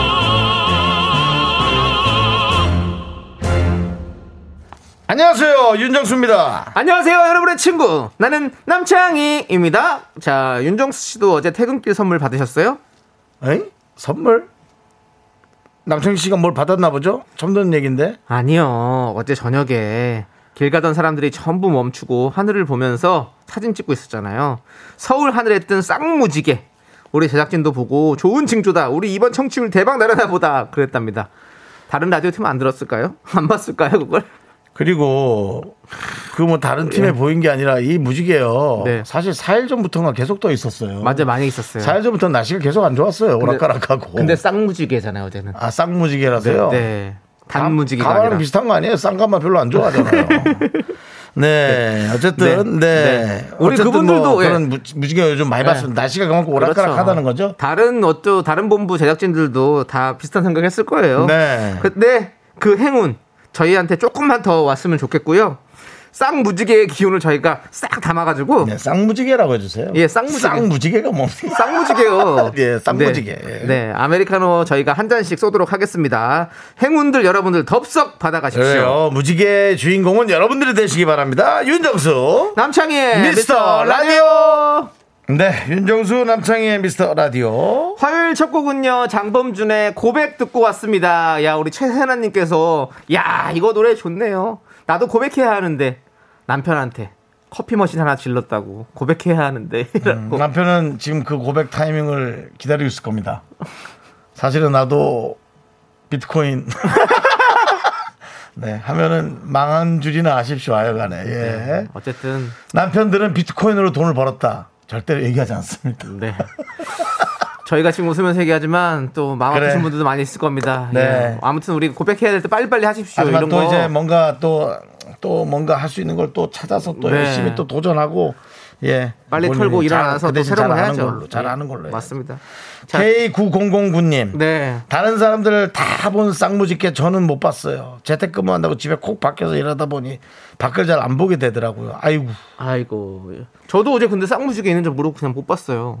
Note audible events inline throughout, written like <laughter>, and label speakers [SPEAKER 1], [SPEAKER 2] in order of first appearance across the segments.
[SPEAKER 1] 안녕하세요 윤정수입니다.
[SPEAKER 2] 안녕하세요, 여러분의 친구. 나는 남창희입니다. 자, 윤정수 씨도 어제 퇴근길 선물 받으셨어요?
[SPEAKER 1] 에이? 선물? 남창희 씨가 뭘 받았나 보죠? 처음 듣는 얘긴데
[SPEAKER 2] 아니요, 어제 저녁에 길 가던 사람들이 전부 멈추고 하늘을 보면서 사진 찍고 있었잖아요. 서울 하늘에 뜬 쌍무지개. 우리 제작진도 보고 좋은 징조다. 우리 이번 청취율 대박 나려나 보다. 그랬답니다. 다른 라디오 팀 안 들었을까요? <laughs> 안 봤을까요, 그걸?
[SPEAKER 1] 그리고 그 뭐 다른 팀에 보인 게 아니라 이 무지개요.
[SPEAKER 2] 예. 네.
[SPEAKER 1] 사실 4일 전부터가 계속 떠 있었어요.
[SPEAKER 2] 맞아, 많이 있었어요.
[SPEAKER 1] 4일 전부터 날씨가 계속 안 좋았어요. 오락가락하고.
[SPEAKER 2] 근데 쌍무지개잖아요, 어제는.
[SPEAKER 1] 아 쌍무지개라서요.
[SPEAKER 2] 네. 단무지개가
[SPEAKER 1] 가마랑
[SPEAKER 2] 아니라.
[SPEAKER 1] 비슷한 거 아니에요? 쌍가마 별로 안
[SPEAKER 2] <laughs>
[SPEAKER 1] 좋아하잖아요. 네, 어쨌든 네,
[SPEAKER 2] 네. 네. 우리
[SPEAKER 1] 어쨌든
[SPEAKER 2] 그분들도,
[SPEAKER 1] 뭐
[SPEAKER 2] 예. 그렇죠.
[SPEAKER 1] 그런 무- 무지개 요즘 많이
[SPEAKER 2] 네.
[SPEAKER 1] 봤습니다. 날씨가 그만큼 오락가락하다는 거죠?
[SPEAKER 2] 다른 어쩌 다른 본부 제작진들도 다 비슷한 생각했을 거예요.
[SPEAKER 1] 네.
[SPEAKER 2] 근데 그 행운 저희한테 조금만 더 왔으면 좋겠고요. 쌍무지개의 기운을 저희가 싹 담아가지고
[SPEAKER 1] 네, 쌍무지개라고 해주세요.
[SPEAKER 2] 예, 쌍무지개.
[SPEAKER 1] 쌍무지개가 뭡니까?
[SPEAKER 2] 쌍무지개요.
[SPEAKER 1] <laughs> 예, 쌍무지개.
[SPEAKER 2] 네, 네, 아메리카노 저희가 한 잔씩 쏘도록 하겠습니다. 행운들 여러분들 덥석 받아가십시오.
[SPEAKER 1] 그래요. 무지개 주인공은 여러분들이 되시기 바랍니다. 윤정수.
[SPEAKER 2] 남창희의
[SPEAKER 1] 미스터
[SPEAKER 2] 네, 미스터 라디오.
[SPEAKER 1] 라디오. 네, 윤정수 남창희의 미스터 라디오.
[SPEAKER 2] 화요일 첫 곡은요 장범준의 고백 듣고 왔습니다. 야 우리 최세나님께서 야 이거 노래 좋네요. 나도 고백해야 하는데 남편한테 커피 머신 하나 질렀다고 고백해야 하는데
[SPEAKER 1] 음,
[SPEAKER 2] <laughs> 이라고.
[SPEAKER 1] 남편은 지금 그 고백 타이밍을 기다리고 있을 겁니다. 사실은 나도 비트코인 <laughs> 네 하면은 망한 줄이나 아십시오 하여간에 예.
[SPEAKER 2] 네. 어쨌든
[SPEAKER 1] 남편들은 비트코인으로 돈을 벌었다 절대로 얘기하지 않습니다.
[SPEAKER 2] 네. 저희가 지금 웃으면서 얘기하지만 또 마음
[SPEAKER 1] 그래.
[SPEAKER 2] 아프신 분들도 많이 있을 겁니다.
[SPEAKER 1] 네.
[SPEAKER 2] 예. 아무튼 우리 고백해야 될 때 빨리빨리 하십시오.
[SPEAKER 1] 하지만
[SPEAKER 2] 아, 이런
[SPEAKER 1] 또
[SPEAKER 2] 거.
[SPEAKER 1] 이제 뭐 뭔가 또 또 뭔가 할 수 있는 걸 또 찾아서 또
[SPEAKER 2] 네.
[SPEAKER 1] 열심히 또 도전하고 예
[SPEAKER 2] 빨리
[SPEAKER 1] 본인이
[SPEAKER 2] 털고
[SPEAKER 1] 잘-
[SPEAKER 2] 일어나서
[SPEAKER 1] 그
[SPEAKER 2] 또
[SPEAKER 1] 대신
[SPEAKER 2] 새로운 거
[SPEAKER 1] 잘하는
[SPEAKER 2] 해야죠. 예. 네.
[SPEAKER 1] 걸로 잘하는 걸로 해야죠.
[SPEAKER 2] 맞습니다. 자,
[SPEAKER 1] K9009님
[SPEAKER 2] 네.
[SPEAKER 1] 다른 사람들 다 본 쌍무지께 저는 못 봤어요. 재택근무한다고 집에 콕 박혀서 일하다 보니 밖을 잘 안 보게 되더라고요. 아이고.
[SPEAKER 2] 아이고. 저도 어제 근데 쌍무지개 있는 줄 모르고 그냥 못 봤어요.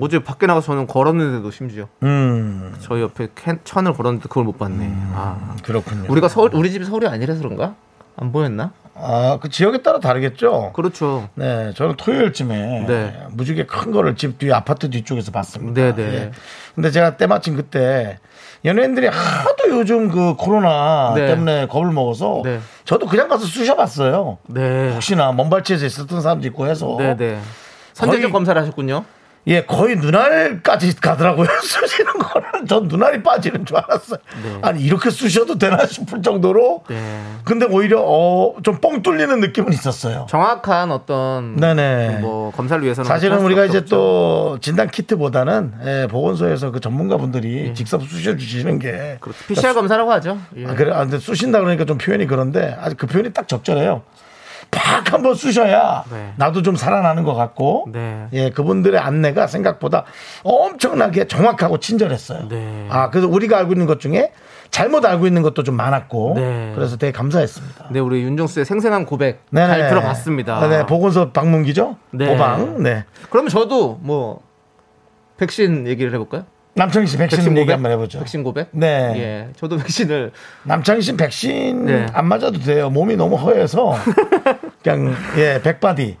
[SPEAKER 2] 어제 밖에 나가서 저는 걸었는데도 심지어
[SPEAKER 1] 음,
[SPEAKER 2] 저희 옆에 캔, 천을 걸었는데 그걸 못 봤네. 아.
[SPEAKER 1] 그렇군요.
[SPEAKER 2] 우리가 서울 우리 집이 서울이 아니라서 그런가? 안 보였나?
[SPEAKER 1] 아, 그 지역에 따라 다르겠죠.
[SPEAKER 2] 그렇죠.
[SPEAKER 1] 네, 저는 토요일쯤에
[SPEAKER 2] 네.
[SPEAKER 1] 무지개 큰 거를 집 뒤 아파트 뒤쪽에서 봤습니다. 예.
[SPEAKER 2] 네, 네.
[SPEAKER 1] 근데 제가 때마침 그때 연예인들이 하도 요즘 그 코로나
[SPEAKER 2] 네.
[SPEAKER 1] 때문에 겁을 먹어서
[SPEAKER 2] 네.
[SPEAKER 1] 저도 그냥 가서 쑤셔봤어요.
[SPEAKER 2] 네.
[SPEAKER 1] 혹시나 먼발치에서 있었던 사람도 있고 해서
[SPEAKER 2] 네, 네. 선제적
[SPEAKER 1] 거의-
[SPEAKER 2] 검사를 하셨군요.
[SPEAKER 1] 예, 거의 눈알까지 가더라고요. <laughs> 쑤시는 거는 전 눈알이 빠지는 줄 알았어요. 아니 이렇게 쑤셔도 되나 싶을 정도로.
[SPEAKER 2] 네.
[SPEAKER 1] 근데 오히려 어좀 뻥 뚫리는 느낌은 있었어요.
[SPEAKER 2] 정확한 어떤
[SPEAKER 1] 네네.
[SPEAKER 2] 뭐 검사를 위해서는
[SPEAKER 1] 사실은
[SPEAKER 2] 어쩔 수
[SPEAKER 1] 우리가
[SPEAKER 2] 없죠.
[SPEAKER 1] 이제 또 진단 키트보다는 예, 보건소에서 그 전문가분들이 직접 쑤셔 주시는 게
[SPEAKER 2] 음. 그렇죠. PCR 검사라고 하죠. 예.
[SPEAKER 1] 아, 그래, 아, 근데 쑤신다 그러니까 좀 표현이 그런데 아직 그 표현이 딱 적절해요. 팍 한번 쑤셔야
[SPEAKER 2] 네.
[SPEAKER 1] 나도 좀 살아나는 것 같고
[SPEAKER 2] 네.
[SPEAKER 1] 예 그분들의 안내가 생각보다 엄청나게 정확하고 친절했어요.
[SPEAKER 2] 네.
[SPEAKER 1] 아 그래서 우리가 알고 있는 것 중에 잘못 알고 있는 것도 좀 많았고
[SPEAKER 2] 네.
[SPEAKER 1] 그래서 되게 감사했습니다.
[SPEAKER 2] 네, 우리 윤정수의 생생한 고백
[SPEAKER 1] 네네.
[SPEAKER 2] 잘 들어봤습니다.
[SPEAKER 1] 아, 네, 보건소 방문기죠.
[SPEAKER 2] 네.
[SPEAKER 1] 보방. 네.
[SPEAKER 2] 그러면 저도 뭐 백신 얘기를 해볼까요?
[SPEAKER 1] 남창희 씨 백신,
[SPEAKER 2] 백신
[SPEAKER 1] 얘기
[SPEAKER 2] 고백?
[SPEAKER 1] 한번 해보죠.
[SPEAKER 2] 백신 고백?
[SPEAKER 1] 네.
[SPEAKER 2] 예, 저도 백신을
[SPEAKER 1] 남창희 씨 백신
[SPEAKER 2] 네.
[SPEAKER 1] 안 맞아도 돼요. 몸이 너무 허해서 그냥 예 백바디.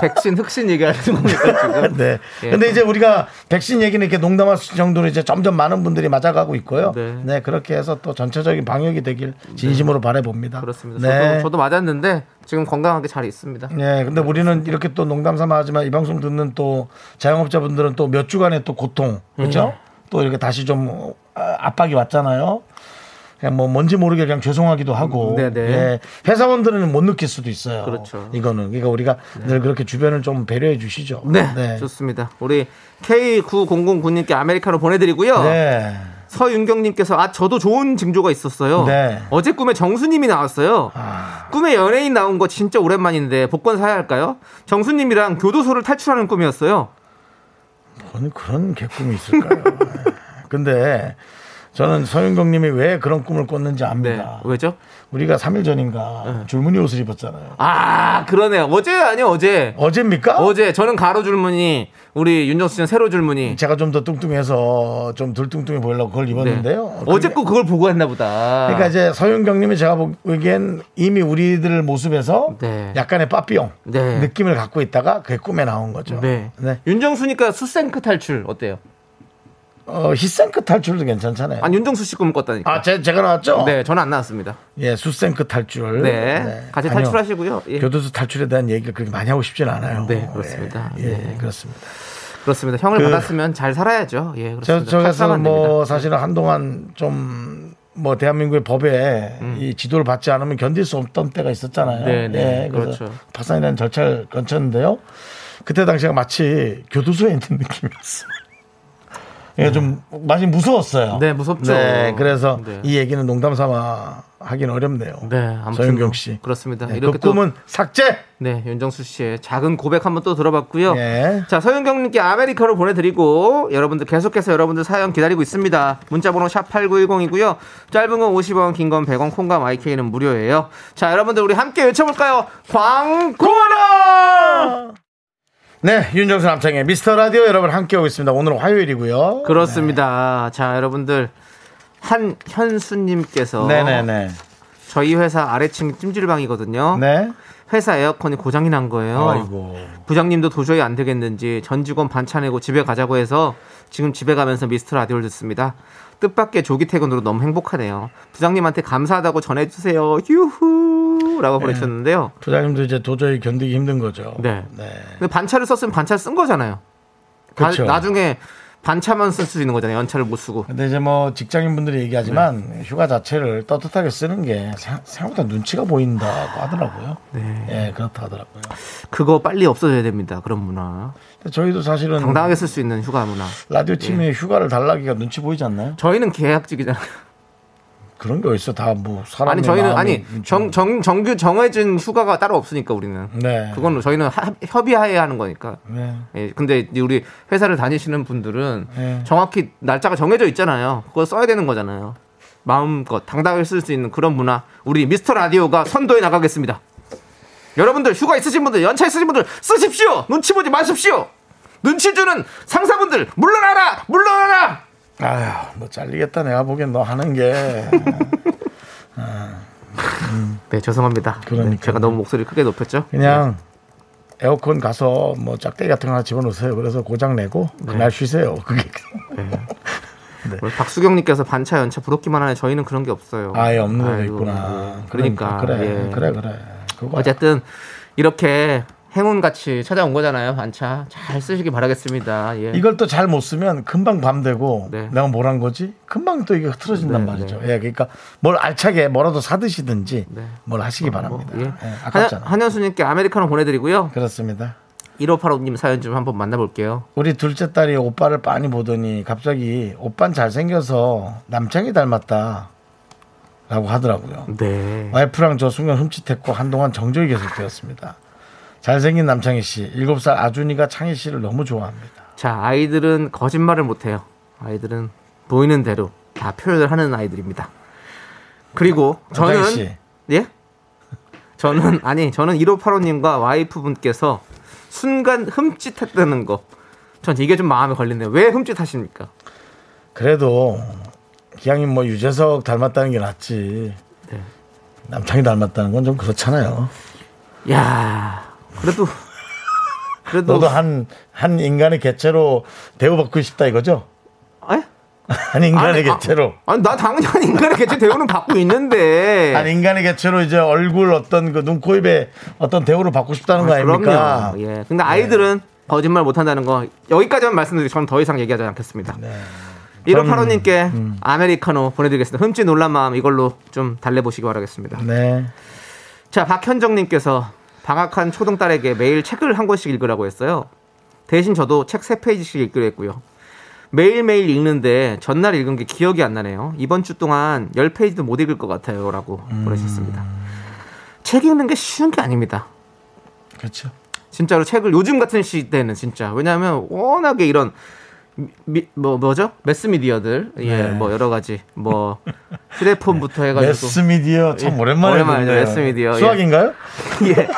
[SPEAKER 2] 백신 흑신 얘기하는 <laughs> 겁니까
[SPEAKER 1] <laughs>
[SPEAKER 2] 지금?
[SPEAKER 1] 네.
[SPEAKER 2] 예.
[SPEAKER 1] 근데 이제 우리가 백신 얘기는 이렇게 농담할 수 정도로 이제 점점 많은 분들이 맞아가고 있고요. 네.
[SPEAKER 2] 네.
[SPEAKER 1] 그렇게 해서 또 전체적인 방역이 되길 진심으로 바라봅니다.
[SPEAKER 2] 그렇습니다.
[SPEAKER 1] 네.
[SPEAKER 2] 저도, 저도 맞았는데 지금 건강하게 잘 있습니다.
[SPEAKER 1] 네, 근데 우리는 이렇게 또 농담 삼아 하지만 이 방송 듣는 또 자영업자분들은 또 몇 주간의 또 고통, 그죠?
[SPEAKER 2] 음.
[SPEAKER 1] 또 이렇게 다시 좀 어, 압박이 왔잖아요. 그냥 뭐 뭔지 모르게 그냥 죄송하기도 하고,
[SPEAKER 2] 네, 네.
[SPEAKER 1] 예, 회사원들은 못 느낄 수도 있어요.
[SPEAKER 2] 그렇죠.
[SPEAKER 1] 이거는 그러니까 우리가 늘 그렇게 주변을 좀 배려해 주시죠. 네.
[SPEAKER 2] 네, 좋습니다. 우리 K9009님께 아메리카노 보내드리고요.
[SPEAKER 1] 네.
[SPEAKER 2] 서윤경님께서 아 저도 좋은 징조가 있었어요.
[SPEAKER 1] 네. 아.
[SPEAKER 2] 어제 꿈에 정수님이 나왔어요. 꿈에 연예인 나온 거 진짜 오랜만인데 복권 사야 할까요? 정수님이랑 교도소를 탈출하는 꿈이었어요.
[SPEAKER 1] 저는 그런 개꿈이
[SPEAKER 2] <laughs>
[SPEAKER 1] 있을까요? 네. 근데 저는 서윤경님이 왜 그런 꿈을 꿨는지
[SPEAKER 2] 네.
[SPEAKER 1] 압니다.
[SPEAKER 2] 왜죠? 네.
[SPEAKER 1] 우리가 3일 전인가 줄무늬 옷을 입었잖아요.
[SPEAKER 2] 아 그러네요. 어제 아니요 어제.
[SPEAKER 1] 어제입니까?
[SPEAKER 2] 어제 저는 가로 줄무늬 우리 윤정수 씨는 세로 줄무늬.
[SPEAKER 1] 제가 좀 더 뚱뚱해서 좀 덜 뚱뚱해 보이려고 그걸 입었는데요.
[SPEAKER 2] 네. 어제 아. 거 그걸 보고 했나 보다.
[SPEAKER 1] 그러니까 이제 서윤경님이 제가 보기엔 이미 우리들 모습에서
[SPEAKER 2] 네.
[SPEAKER 1] 약간의 빠삐용
[SPEAKER 2] 네.
[SPEAKER 1] 느낌을 갖고 있다가 그게 꿈에 나온 거죠.
[SPEAKER 2] 네. 윤정수니까 수생크 탈출 어때요?
[SPEAKER 1] 어, 히생크 탈출도 괜찮잖아요.
[SPEAKER 2] 아니 윤정수 씨 꿈을 꿨다니까.
[SPEAKER 1] 네. 아, 제, 제가 나왔죠?
[SPEAKER 2] 네, 저는 안 나왔습니다.
[SPEAKER 1] 예, 수생크 탈출.
[SPEAKER 2] 네, 같이
[SPEAKER 1] 아니요. 그
[SPEAKER 2] 탈출하시고요. 예,
[SPEAKER 1] 교도소 탈출에 대한 얘기를 그렇게 많이 하고 싶진 않아요.
[SPEAKER 2] 네, 그렇습니다.
[SPEAKER 1] 예, 예,
[SPEAKER 2] 네.
[SPEAKER 1] 그렇습니다.
[SPEAKER 2] 그렇습니다. 형을
[SPEAKER 1] 그-
[SPEAKER 2] 받았으면 잘 살아야죠. 예,
[SPEAKER 1] 저,
[SPEAKER 2] 그렇습니다.
[SPEAKER 1] 저에서
[SPEAKER 2] 탑사면
[SPEAKER 1] 뭐
[SPEAKER 2] 됩니다. 네.
[SPEAKER 1] 사실은 한동안 좀 뭐 대한민국의 법에 이 지도를 받지 않으면 견딜 수 없던 때가 있었잖아요.
[SPEAKER 2] 음. 네, 네.
[SPEAKER 1] 예, 그래서
[SPEAKER 2] 그렇죠.
[SPEAKER 1] 파산이라는 절차를 거쳤는데요. 그때 당시가 마치 교도소에 있는 <laughs> 느낌이었어요. 이게 좀 많이 무서웠어요.
[SPEAKER 2] 네, 무섭죠.
[SPEAKER 1] 네, 그래서
[SPEAKER 2] 네.
[SPEAKER 1] 이 얘기는 농담 삼아 하긴 어렵네요.
[SPEAKER 2] 네, 아무튼
[SPEAKER 1] 서윤경
[SPEAKER 2] 뭐
[SPEAKER 1] 씨.
[SPEAKER 2] 그렇습니다.
[SPEAKER 1] 네,
[SPEAKER 2] 이렇게
[SPEAKER 1] 그 꿈은 삭제.
[SPEAKER 2] 네, 윤정수 씨의 작은 고백 한번 또 들어봤고요.
[SPEAKER 1] 예.
[SPEAKER 2] 자, 서윤경님께 아메리카로 보내드리고 여러분들 계속해서 여러분들 사연 기다리고 있습니다. 문자번호 샵 #8910이고요. 짧은 건 50원, 긴 건 100원, 콩과 마이크는 무료예요. 자, 여러분들 우리 함께 외쳐볼까요? 광고라!
[SPEAKER 1] 네, 윤정수 남창의 미스터 라디오 여러분 함께하고 있습니다. 오늘은 화요일이고요.
[SPEAKER 2] 그렇습니다. 자, 여러분들 한현수님께서
[SPEAKER 1] 네, 네, 네.
[SPEAKER 2] 저희 회사 아래층 찜질방이거든요.
[SPEAKER 1] 네.
[SPEAKER 2] 회사 어? 에어컨이 고장이 난 거예요.
[SPEAKER 1] 아이고.
[SPEAKER 2] 부장님도 도저히 안 되겠는지 전 직원 반차 내고 집에 가자고 해서 지금 집에 가면서 미스터 라디오를 듣습니다. 뜻밖의 조기 퇴근으로 너무 행복하네요. 부장님한테 감사하다고 전해주세요.
[SPEAKER 1] 네.
[SPEAKER 2] 유후라고 보내셨는데요.
[SPEAKER 1] 부장님도 이제 도저히 견디기 힘든 거죠.
[SPEAKER 2] 네. 근데 반차를 썼으면 반차를 쓴 거잖아요. 다-
[SPEAKER 1] 그렇죠.
[SPEAKER 2] 나중에 반차만 쓸 수 있는 거잖아요. 연차를 못 쓰고.
[SPEAKER 1] 근데 이제 뭐 직장인분들이 얘기하지만
[SPEAKER 2] 네.
[SPEAKER 1] 휴가 자체를 떳떳하게 쓰는 게 생- 생각보다 눈치가 보인다고 하더라고요.
[SPEAKER 2] 네.
[SPEAKER 1] 예, 그렇다 하더라고요.
[SPEAKER 2] 그거 빨리 없어져야 됩니다. 그런 문화.
[SPEAKER 1] 근데 저희도 사실은
[SPEAKER 2] 당당하게 예. 쓸 수 있는 휴가 문화.
[SPEAKER 1] 라디오 팀에 휴가를 달라기가 눈치 보이지 않나요?
[SPEAKER 2] 저희는 계약직이잖아요.
[SPEAKER 1] 그런 게 있어 다 뭐 사람
[SPEAKER 2] 아니 저희는 아니 정, 정 정규 정해진 휴가가 따로 없으니까 우리는.
[SPEAKER 1] 네.
[SPEAKER 2] 그건 저희는 하- 협의하에 하는 거니까.
[SPEAKER 1] 네.
[SPEAKER 2] 예, 근데 이 우리 회사를 다니시는 분들은
[SPEAKER 1] 네.
[SPEAKER 2] 정확히 날짜가 정해져 있잖아요. 그거 써야 되는 거잖아요. 마음껏 당당하게 쓸 수 있는 그런 문화. 우리 미스터 라디오가 선도해 나가겠습니다. 여러분들 휴가 있으신 분들, 연차 있으신 분들 쓰십시오. 눈치 보지 마십시오. 눈치 주는 상사분들 물러나라, 물러나라.
[SPEAKER 1] 아휴, 너 잘리겠다 내가 보기엔 너 하는
[SPEAKER 2] <laughs>
[SPEAKER 1] 게
[SPEAKER 2] 네, 죄송합니다.
[SPEAKER 1] 그러니까요. 예.
[SPEAKER 2] 네, 제가 너무 목소리 크게 높였죠.
[SPEAKER 1] 그냥 에어컨 가서 뭐 짝대기 같은 거 하나 집어넣으세요. 그래서 고장 내고
[SPEAKER 2] 네.
[SPEAKER 1] 그날 쉬세요. 그게
[SPEAKER 2] 우리 박수경님께서 반차 연차 부럽기만 하네. 저희는 그런 게 없어요.
[SPEAKER 1] 아예 없는 데도
[SPEAKER 2] 아이고,
[SPEAKER 1] 있구나.
[SPEAKER 2] 예. 그러니까
[SPEAKER 1] 그래
[SPEAKER 2] 예.
[SPEAKER 1] 그래 그래. 그거
[SPEAKER 2] 뭐 어쨌든 이렇게 행운 같이 찾아온 거잖아요. 반차 잘 쓰시기 바라겠습니다. 예.
[SPEAKER 1] 이걸 또 잘 못 쓰면 금방 밤 되고
[SPEAKER 2] 네.
[SPEAKER 1] 내가 뭘 한 거지? 금방 또 이게 흐트러진단
[SPEAKER 2] 네,
[SPEAKER 1] 말이죠. 예, 그러니까 뭘 알차게 뭐라도 사드시든지
[SPEAKER 2] 네.
[SPEAKER 1] 뭘 하시기 바랍니다.
[SPEAKER 2] 예.
[SPEAKER 1] 예,
[SPEAKER 2] 한,
[SPEAKER 1] 아깝잖아요.
[SPEAKER 2] 한현수님께 아메리카노 보내드리고요.
[SPEAKER 1] 그렇습니다.
[SPEAKER 2] 1585님 사연 좀 한번 만나볼게요.
[SPEAKER 1] 우리 둘째 딸이 오빠를 빤히 보더니 갑자기 오빤 잘생겨서 남창이 닮았다 라고 하더라고요.
[SPEAKER 2] 네.
[SPEAKER 1] 와이프랑 저 순간 흠칫했고 한동안 정적이 계속되었습니다. 잘생긴 남창희 씨, 7살 아준이가 창희 씨를 너무 좋아합니다.
[SPEAKER 2] 자, 아이들은 거짓말을 못해요. 아이들은 보이는 대로 다 표현을 하는 아이들입니다. 그리고 저는
[SPEAKER 1] 남창희 아, 씨.
[SPEAKER 2] 예? 저는 아니 저는 1585님과 와이프분께서 순간 흠칫했다는 거. 전 이게 좀 마음에 걸리네요. 왜 흠칫하십니까?
[SPEAKER 1] 그래도 기왕이면 뭐 유재석 닮았다는 게 낫지.
[SPEAKER 2] 네.
[SPEAKER 1] 남창희 닮았다는 건 좀 그렇잖아요.
[SPEAKER 2] 야 그래도 그래도
[SPEAKER 1] 너도 한, 한 인간의 개체로 대우받고 싶다 이거죠? <laughs>
[SPEAKER 2] 아니,
[SPEAKER 1] 한 인간의
[SPEAKER 2] 아니, 아,
[SPEAKER 1] 개체로.
[SPEAKER 2] 아니 나 당연히 한 인간의 개체 대우는 받고
[SPEAKER 1] <laughs>
[SPEAKER 2] 있는데
[SPEAKER 1] 한 인간의 개체로 이제 얼굴 어떤 그 눈, 코, 입에 어떤 대우를 받고 싶다는 거 아닙니까? 네.
[SPEAKER 2] 그럼요 예 근데 아이들은 거짓말 못한다는 거 여기까지만 말씀드리고 저는 더 이상 얘기하지 않겠습니다
[SPEAKER 1] 네.
[SPEAKER 2] 1585님께
[SPEAKER 1] 음.
[SPEAKER 2] 아메리카노 보내드리겠습니다 흠칫 놀란 마음 이걸로 좀 달래보시기 바라겠습니다
[SPEAKER 1] 네.
[SPEAKER 2] 자 박현정님께서 방학한 초등 딸에게 매일 책을 한 권씩 읽으라고 했어요. 대신 저도 책 세 페이지씩 읽기로 했고요. 매일매일 읽는데 전날 읽은 게 기억이 안 나네요. 이번 주 동안 10페이지도 못 읽을 것 같아요. 라고
[SPEAKER 1] 음.
[SPEAKER 2] 보내셨습니다. 책 읽는 게 쉬운 게 아닙니다.
[SPEAKER 1] 그렇죠.
[SPEAKER 2] 진짜로 책을 요즘 같은 시대는 진짜 왜냐하면 워낙에 이런 미, 뭐 뭐죠 매스미디어들
[SPEAKER 1] 네.
[SPEAKER 2] 예뭐 여러 가지
[SPEAKER 1] <laughs>
[SPEAKER 2] 뭐 휴대폰부터 해가지고
[SPEAKER 1] 매스미디어 참
[SPEAKER 2] 예.
[SPEAKER 1] 오랜만에
[SPEAKER 2] 오랜만이죠,
[SPEAKER 1] 듣네요.
[SPEAKER 2] 매스미디어, 예.
[SPEAKER 1] 수학인가요?
[SPEAKER 2] 예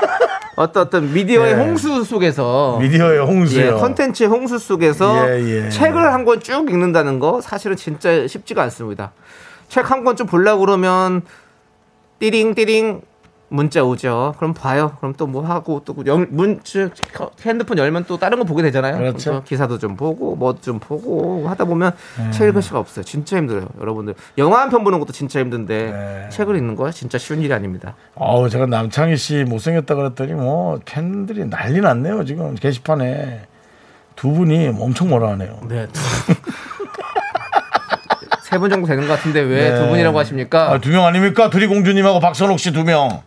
[SPEAKER 2] 어떤 어떤 미디어의
[SPEAKER 1] 네.
[SPEAKER 2] 홍수 속에서
[SPEAKER 1] 미디어의 홍수요.
[SPEAKER 2] 예, 컨텐츠의 홍수 속에서
[SPEAKER 1] 예, 예.
[SPEAKER 2] 책을 한 권 쭉 읽는다는 거 사실은 진짜 쉽지가 않습니다. 책 한 권 좀 보려고 그러면 띠링 띠링 문자 오죠. 그럼 봐요. 그럼 또 뭐 하고 또문 핸드폰 열면 또 다른 거 보게 되잖아요.
[SPEAKER 1] 그렇죠.
[SPEAKER 2] 그래서 기사도 좀 보고 뭐 좀 보고 하다 보면
[SPEAKER 1] 네.
[SPEAKER 2] 책 읽을 시간 없어요. 진짜 힘들어요, 여러분들. 영화 한 편 보는 것도 진짜 힘든데
[SPEAKER 1] 네.
[SPEAKER 2] 책을 읽는 거 진짜 쉬운 일이 아닙니다.
[SPEAKER 1] 어우 제가 남창희 씨 못생겼다 그랬더니 뭐 팬들이 난리 났네요 지금 게시판에 두 분이 엄청 뭐라 하네요.
[SPEAKER 2] 네. <laughs> 세 분 정도 되는 것 같은데 왜 두 분이라고 하십니까?
[SPEAKER 1] 네. 아, 두 명 아닙니까? 둘이 공주님하고 박선옥 씨 두 명.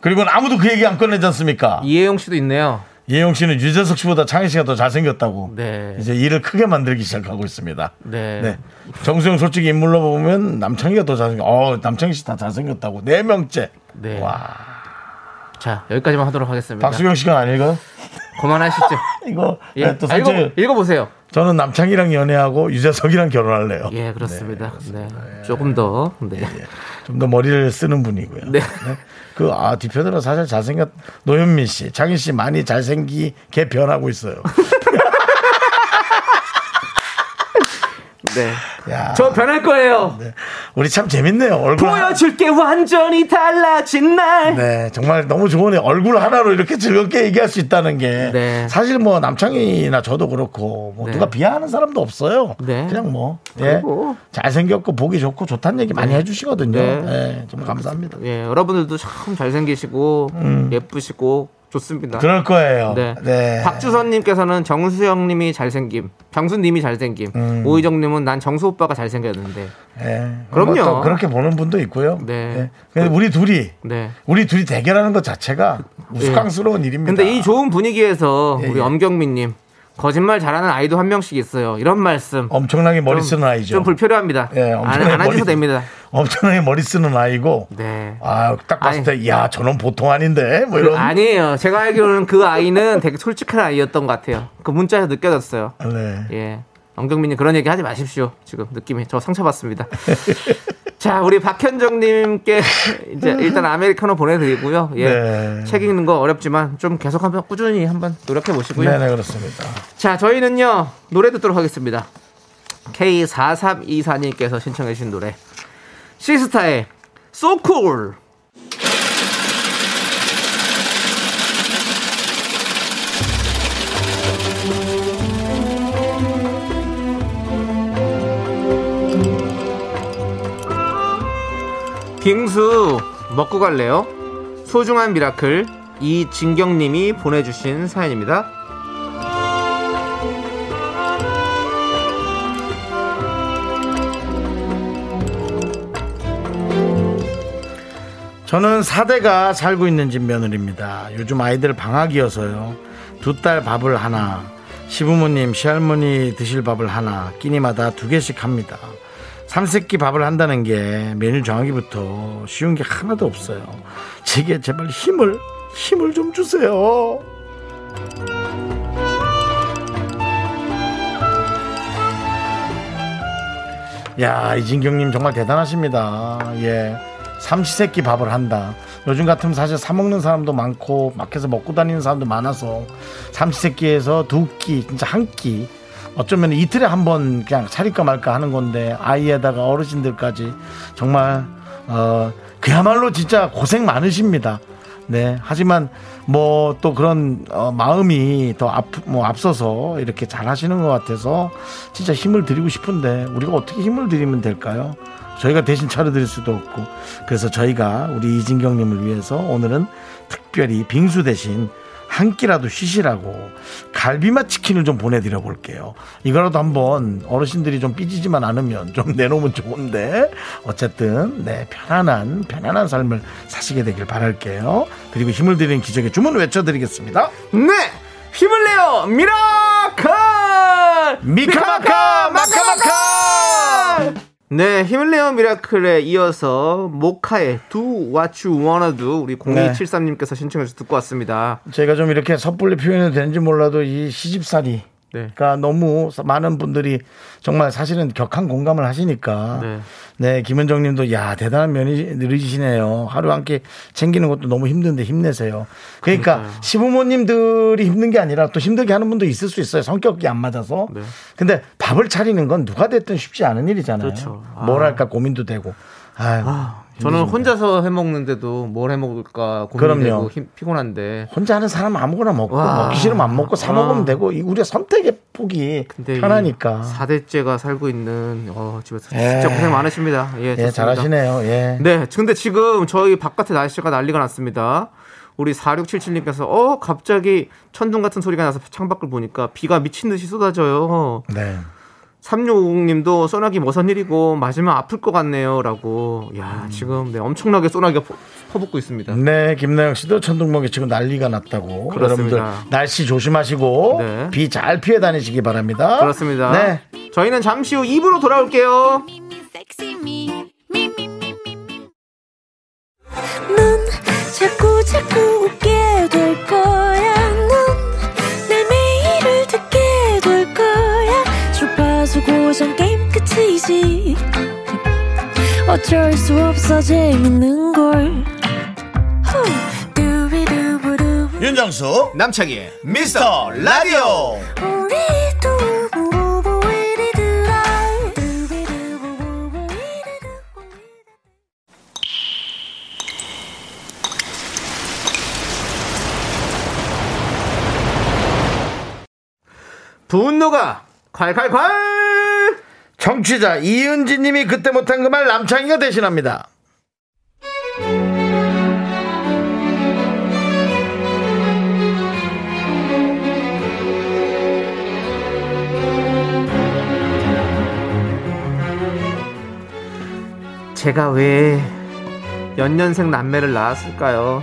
[SPEAKER 1] 그리고 아무도 그 얘기 안 꺼내지 않습니까?
[SPEAKER 2] 이혜영 씨도 있네요.
[SPEAKER 1] 이혜영 씨는 유재석 씨보다 창희 씨가 더 잘생겼다고.
[SPEAKER 2] 네.
[SPEAKER 1] 이제 일을 크게 만들기 시작하고 있습니다.
[SPEAKER 2] 네.
[SPEAKER 1] 네. 정수영 솔직히 인물로 보면 남창희가 더 잘생겨. 어, 남창희 씨 다 잘생겼다고. 네 명째.
[SPEAKER 2] 네.
[SPEAKER 1] 와.
[SPEAKER 2] 자, 여기까지만 하도록 하겠습니다.
[SPEAKER 1] 박수경 씨가 아닐까요?
[SPEAKER 2] <laughs> 그만하시죠.
[SPEAKER 1] 이거
[SPEAKER 2] 예.
[SPEAKER 1] 네, 또
[SPEAKER 2] 아,
[SPEAKER 1] 산책.
[SPEAKER 2] 읽어, 보세요
[SPEAKER 1] 저는 남창희랑 연애하고 유재석이랑 결혼할래요.
[SPEAKER 2] 예, 그렇습니다. 네. 조금 더. 네.
[SPEAKER 1] 좀 더 머리를 쓰는 분이고요.
[SPEAKER 2] 네.
[SPEAKER 1] 그 아 뒤편으로 사실 잘생겼 노현민 씨, 장희 씨 많이 잘생기게 변하고 있어요.
[SPEAKER 2] 네.
[SPEAKER 1] 야,
[SPEAKER 2] 저 변할 거예요.
[SPEAKER 1] 우리 참 재밌네요. 얼굴 하나-
[SPEAKER 2] 보여줄게 완전히 달라진 날.
[SPEAKER 1] 네, 정말 너무 좋으네. 얼굴 하나로 이렇게 즐겁게 얘기할 수 있다는 게
[SPEAKER 2] 네.
[SPEAKER 1] 사실 뭐 남창이나 저도 그렇고 뭐
[SPEAKER 2] 네.
[SPEAKER 1] 누가 비하하는 사람도 없어요.
[SPEAKER 2] 네.
[SPEAKER 1] 그냥 뭐 예.
[SPEAKER 2] 그리고-
[SPEAKER 1] 잘생겼고 보기 좋고 좋다는 얘기 많이 해주시거든요.
[SPEAKER 2] 네.
[SPEAKER 1] 예, 정말 감사합니다.
[SPEAKER 2] 예, 여러분들도 참 잘생기시고 예쁘시고 좋습니다.
[SPEAKER 1] 그럴 거예요.
[SPEAKER 2] 음. 네. 박주선님께서는 정수영님이 잘생김, 병수님이 잘생김, 오희정님은 난 정수 오빠가 잘생겼는데.
[SPEAKER 1] 예.
[SPEAKER 2] 그럼요.
[SPEAKER 1] 뭐또 그렇게 보는 분도 있고요.
[SPEAKER 2] 네.
[SPEAKER 1] 예. 근데 우리 둘이
[SPEAKER 2] 네.
[SPEAKER 1] 우리 둘이 대결하는 것 자체가 우스꽝스러운 일입니다.
[SPEAKER 2] 예. 근데 이 좋은 분위기에서
[SPEAKER 1] 예,
[SPEAKER 2] 우리
[SPEAKER 1] 예.
[SPEAKER 2] 엄경민님 거짓말 잘하는 아이도 한 명씩 있어요. 이런 말씀.
[SPEAKER 1] 엄청나게 머리
[SPEAKER 2] 좀-
[SPEAKER 1] 쓰는 아이죠.
[SPEAKER 2] 좀 불필요합니다.
[SPEAKER 1] 예,
[SPEAKER 2] 안,
[SPEAKER 1] 엄청나게
[SPEAKER 2] 안 하셔도
[SPEAKER 1] 머리-
[SPEAKER 2] 됩니다.
[SPEAKER 1] 엄청나게 머리 쓰는 아이고.
[SPEAKER 2] 네.
[SPEAKER 1] 아, 딱 봤을
[SPEAKER 2] 아니.
[SPEAKER 1] 때, 야, 저놈 보통 아닌데? 뭐 이런.
[SPEAKER 2] 아니에요. 제가 알기로는 그 아이는 되게 솔직한 아이였던 것 같아요. 그 문자에서 느껴졌어요.
[SPEAKER 1] 네.
[SPEAKER 2] 예. 엄경민님 그런 얘기 하지 마십시오. 지금 느낌이
[SPEAKER 1] <laughs>
[SPEAKER 2] 저 상처받습니다. 자, 우리 박현정님께 이제 일단 아메리카노 보내드리고요. 예.
[SPEAKER 1] 네.
[SPEAKER 2] 책 읽는 거 어렵지만 좀 계속 한번 꾸준히 한번 노력해 보시고요.
[SPEAKER 1] 네네, 그렇습니다.
[SPEAKER 2] 자, 저희는요, 노래 듣도록 하겠습니다. K4324님께서 신청해주신 노래. 시스타의 So Cool. 빙수 먹고 갈래요? 소중한 미라클 이진경님이 보내주신 사연입니다.
[SPEAKER 1] 저는 사대가 살고 있는 집 며느리입니다. 요즘 아이들 방학이어서요. 두 딸 밥을 하나, 시부모님, 시할머니 드실 밥을 하나, 끼니마다 두 개씩 합니다. 삼세끼 밥을 한다는 게 메뉴 정하기부터 쉬운 게 하나도 없어요. 제게 제발 힘을, 힘을 좀 주세요. 야 이진경님 정말 대단하십니다. 예. 삼시세끼 밥을 한다. 요즘 같으면 사실 사 먹는 사람도 많고 마켓에서 먹고 다니는 사람도 많아서 삼시세끼에서 두 끼 진짜 한 끼 어쩌면 이틀에 한 번 그냥 차릴까 말까 하는 건데 아이에다가 어르신들까지 정말 어 그야말로 진짜 고생 많으십니다. 네. 하지만 뭐 또 그런 어, 마음이 더 앞, 뭐 앞서서 이렇게 잘 하시는 것 같아서 진짜 힘을 드리고 싶은데 우리가 어떻게 힘을 드리면 될까요? 저희가 대신 차려드릴 수도 없고 그래서 저희가 우리 이진경님을 위해서 오늘은 특별히 빙수 대신 한 끼라도 쉬시라고 갈비맛 치킨을 좀 보내드려 볼게요. 이거라도 한번 어르신들이 좀 삐지지만 않으면 좀 <laughs> 내놓으면 좋은데 어쨌든 네 편안한 편안한 삶을 사시게 되길 바랄게요. 그리고 힘을 드리는 기적의 주문 외쳐드리겠습니다.
[SPEAKER 2] 네! 힘을 내요! 미라클!
[SPEAKER 1] 미카마카 마카마카
[SPEAKER 2] 네, 히말레어 미라클에 이어서 모카의 Do What You Wanna Do 우리
[SPEAKER 1] 네.
[SPEAKER 2] 0273님께서 신청해서 듣고 왔습니다.
[SPEAKER 1] 제가 좀 이렇게 섣불리 표현이 되는지 몰라도 이 시집살이
[SPEAKER 2] 네.
[SPEAKER 1] 그러니까 너무 많은 분들이 정말 사실은 격한 공감을 하시니까
[SPEAKER 2] 네.
[SPEAKER 1] 네, 김현정님도 야 대단한 면이 느리시네요 하루 한 끼 챙기는 것도 너무 힘든데 힘내세요 그러니까 시부모님들이 힘든 게 아니라 또 힘들게 하는 분도 있을 수 있어요 성격이 안 맞아서
[SPEAKER 2] 네.
[SPEAKER 1] 근데 밥을 차리는 건 누가 됐든 쉽지 않은 일이잖아요
[SPEAKER 2] 그렇죠. 아.
[SPEAKER 1] 뭘 할까 고민도 되고 아유,
[SPEAKER 2] 저는 혼자서 해 먹는데도 뭘 해 먹을까 고민되고
[SPEAKER 1] 그럼요.
[SPEAKER 2] 힘, 피곤한데
[SPEAKER 1] 혼자 하는 사람 아무거나 먹고 뭐
[SPEAKER 2] 와.
[SPEAKER 1] 먹기 싫으면 안 먹고 사 먹으면 되고 이 우리의 선택의 폭이
[SPEAKER 2] 근데
[SPEAKER 1] 편하니까
[SPEAKER 2] 4대째가 살고 있는 어, 집에서
[SPEAKER 1] 예.
[SPEAKER 2] 진짜 고생 많으십니다. 예,
[SPEAKER 1] 예
[SPEAKER 2] 좋습니다.
[SPEAKER 1] 잘하시네요 예
[SPEAKER 2] 네, 근데 지금 저희 바깥에 날씨가 난리가 났습니다. 우리 4677님께서 어 갑자기 천둥 같은 소리가 나서 창밖을 보니까 비가 미친 듯이 쏟아져요.
[SPEAKER 1] 네.
[SPEAKER 2] 365님도 소나기 머선 일이고 맞으면 아플 것 같네요라고. 야 지금 네, 엄청나게 소나기가 퍼- 퍼붓고 있습니다.
[SPEAKER 1] 네, 김나영 씨도 천둥번개 지금 난리가 났다고.
[SPEAKER 2] 그렇습니다.
[SPEAKER 1] 여러분들 날씨 조심하시고
[SPEAKER 2] 네.
[SPEAKER 1] 비 잘 피해 다니시기 바랍니다.
[SPEAKER 2] 그렇습니다.
[SPEAKER 1] 네.
[SPEAKER 2] 저희는 잠시 후 2부로 돌아올게요.
[SPEAKER 3] Sexy me, me, me, me, me, me. 넌 자꾸 자꾸 웃게 될 거야. 넌내 매일을 듣게 될 거야. 주파수 고정 게임 끝이지. 어쩔 수 없어 재밌는 걸. 후. 두비두부두.
[SPEAKER 1] 윤정수 남창희 미스터 라디오.
[SPEAKER 3] 우리 두부부부 우리들아. 두비두부부부 우리들아.
[SPEAKER 2] 분노가 콸콸콸!
[SPEAKER 1] 정취자 이은지님이 그때 못한 그 말 남창희가 대신합니다.
[SPEAKER 2] 제가 왜 연년생 남매를 낳았을까요?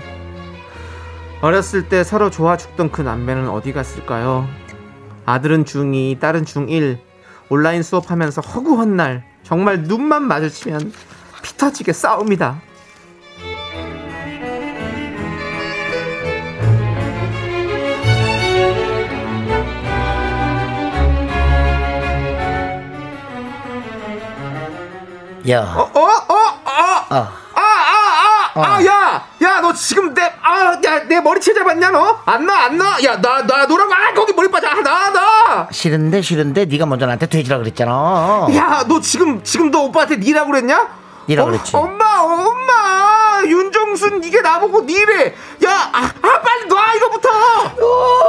[SPEAKER 2] 어렸을 때 서로 좋아 죽던 그 남매는 어디 갔을까요? 아들은 중2, 딸은 중1. 온라인 수업하면서 허구한 날 정말 눈만 마주치면 피 터지게 싸웁니다.
[SPEAKER 1] 야,
[SPEAKER 2] 어, 어, 어, 어,
[SPEAKER 1] 아,
[SPEAKER 2] 아, 아, 아, 아,
[SPEAKER 1] 어.
[SPEAKER 2] 야, 야, 너 지금 내, 아, 야, 내 머리채 잡았냐, 너? 안 나, 안 나, 야, 나, 나, 노랑, 아, 거기 머리 빠져, 아, 나, 나.
[SPEAKER 1] 싫은데 싫은데 네가 먼저 나한테 돼지라 그랬잖아.
[SPEAKER 2] 야, 너 지금 지금 너 오빠한테 니라고 그랬냐? 어,
[SPEAKER 1] 니라 그랬지.
[SPEAKER 2] 엄마, 엄마, 윤종순 이게 나보고 니래. 야, 아, 아, 빨리 놔 이거부터.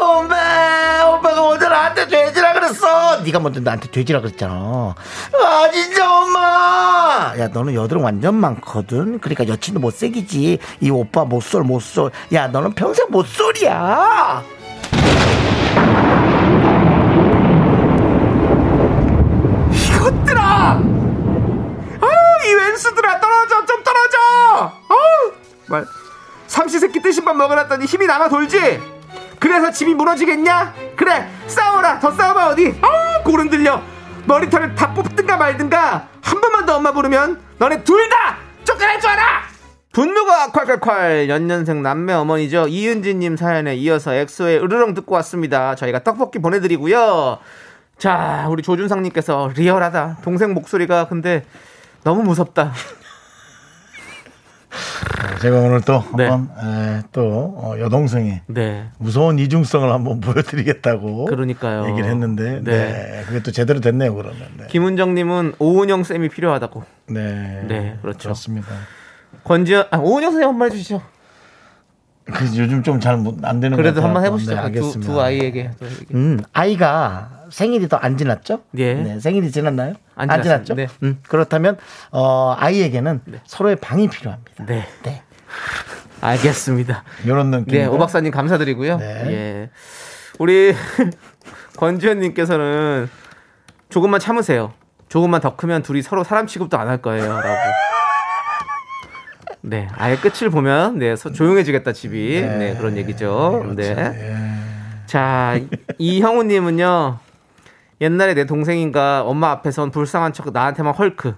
[SPEAKER 1] 엄마, 오빠가 먼저 나한테 돼지라 그랬어. 네가 먼저 나한테 돼지라 그랬잖아. 아 진짜 엄마. 야 너는 여드름 완전 많거든. 그러니까 여친도 못생기지. 이 오빠 못쏠 못쏠. 야 너는 평생 못쏠이야.
[SPEAKER 2] 이것들아, 아유 이 왼수들아 떨어져 좀 떨어져. 아유 말 삼시세끼 뜨신밥 먹어놨더니 힘이 남아 돌지. 그래서 집이 무너지겠냐? 그래 싸워라 더 싸워봐 어디. 아유 고른 들려. 머리털을 다 뽑든가 말든가 한 번만 더 엄마 부르면 너네 둘 다 쫓겨날 줄 알아. 분노가 콸콸콸 연년생 남매 어머니죠 이은지님 사연에 이어서 엑소의 으르렁 듣고 왔습니다 저희가 떡볶이 보내드리고요 자 우리 조준상님께서 리얼하다 동생 목소리가 근데
[SPEAKER 1] <laughs>
[SPEAKER 2] 너무 무섭다
[SPEAKER 1] 제가 오늘 또
[SPEAKER 2] 네.
[SPEAKER 1] 한번 에, 또 어, 여동생이
[SPEAKER 2] 네
[SPEAKER 1] 무서운 이중성을 한번 <laughs> 보여드리겠다고
[SPEAKER 2] 그러니까요.
[SPEAKER 1] 얘기를 했는데
[SPEAKER 2] 네.
[SPEAKER 1] 네. 그게 또 제대로 됐네요 그러면 네,
[SPEAKER 2] 김은정님은 오은영 쌤이 필요하다고
[SPEAKER 1] 네.
[SPEAKER 2] 네, 그렇죠.
[SPEAKER 1] 그렇습니다
[SPEAKER 2] 권지현 아, 오은영 쌤 한번 해주시죠
[SPEAKER 1] 그 요즘 좀 잘 안 되는
[SPEAKER 2] 그래도
[SPEAKER 1] 것
[SPEAKER 2] 한번
[SPEAKER 1] 같아요.
[SPEAKER 2] 해보시죠
[SPEAKER 1] 네,
[SPEAKER 2] 두,
[SPEAKER 1] 알겠습니다.
[SPEAKER 2] 두 아이에게 또 얘기.
[SPEAKER 1] 음, 아이가 생일이 더 안 지났죠?
[SPEAKER 2] 예.
[SPEAKER 1] 네, 생일이 지났나요?
[SPEAKER 2] 안
[SPEAKER 1] 안,
[SPEAKER 2] 지났어요.
[SPEAKER 1] 지났죠?
[SPEAKER 2] 네.
[SPEAKER 1] 음, 그렇다면 어, 아이에게는 서로의 방이 필요합니다.
[SPEAKER 2] 네
[SPEAKER 1] 네.
[SPEAKER 2] 알겠습니다
[SPEAKER 1] 이런 느낌.
[SPEAKER 2] 네, 오 박사님 감사드리고요.
[SPEAKER 1] 네.
[SPEAKER 2] 예. 우리 <laughs> 권지현님께서는 조금만 참으세요. 조금만 더 크면 둘이 서로 사람 취급도 안 할 거예요. 라고. 네, 아예 끝을 보면 네 서- 조용해지겠다 집이 네, 그렇죠.
[SPEAKER 1] 예.
[SPEAKER 2] 그런 얘기죠. 네. 자 이- 이형우님은요 옛날에 내 동생인가 엄마 앞에선 불쌍한 척 나한테만 헐크.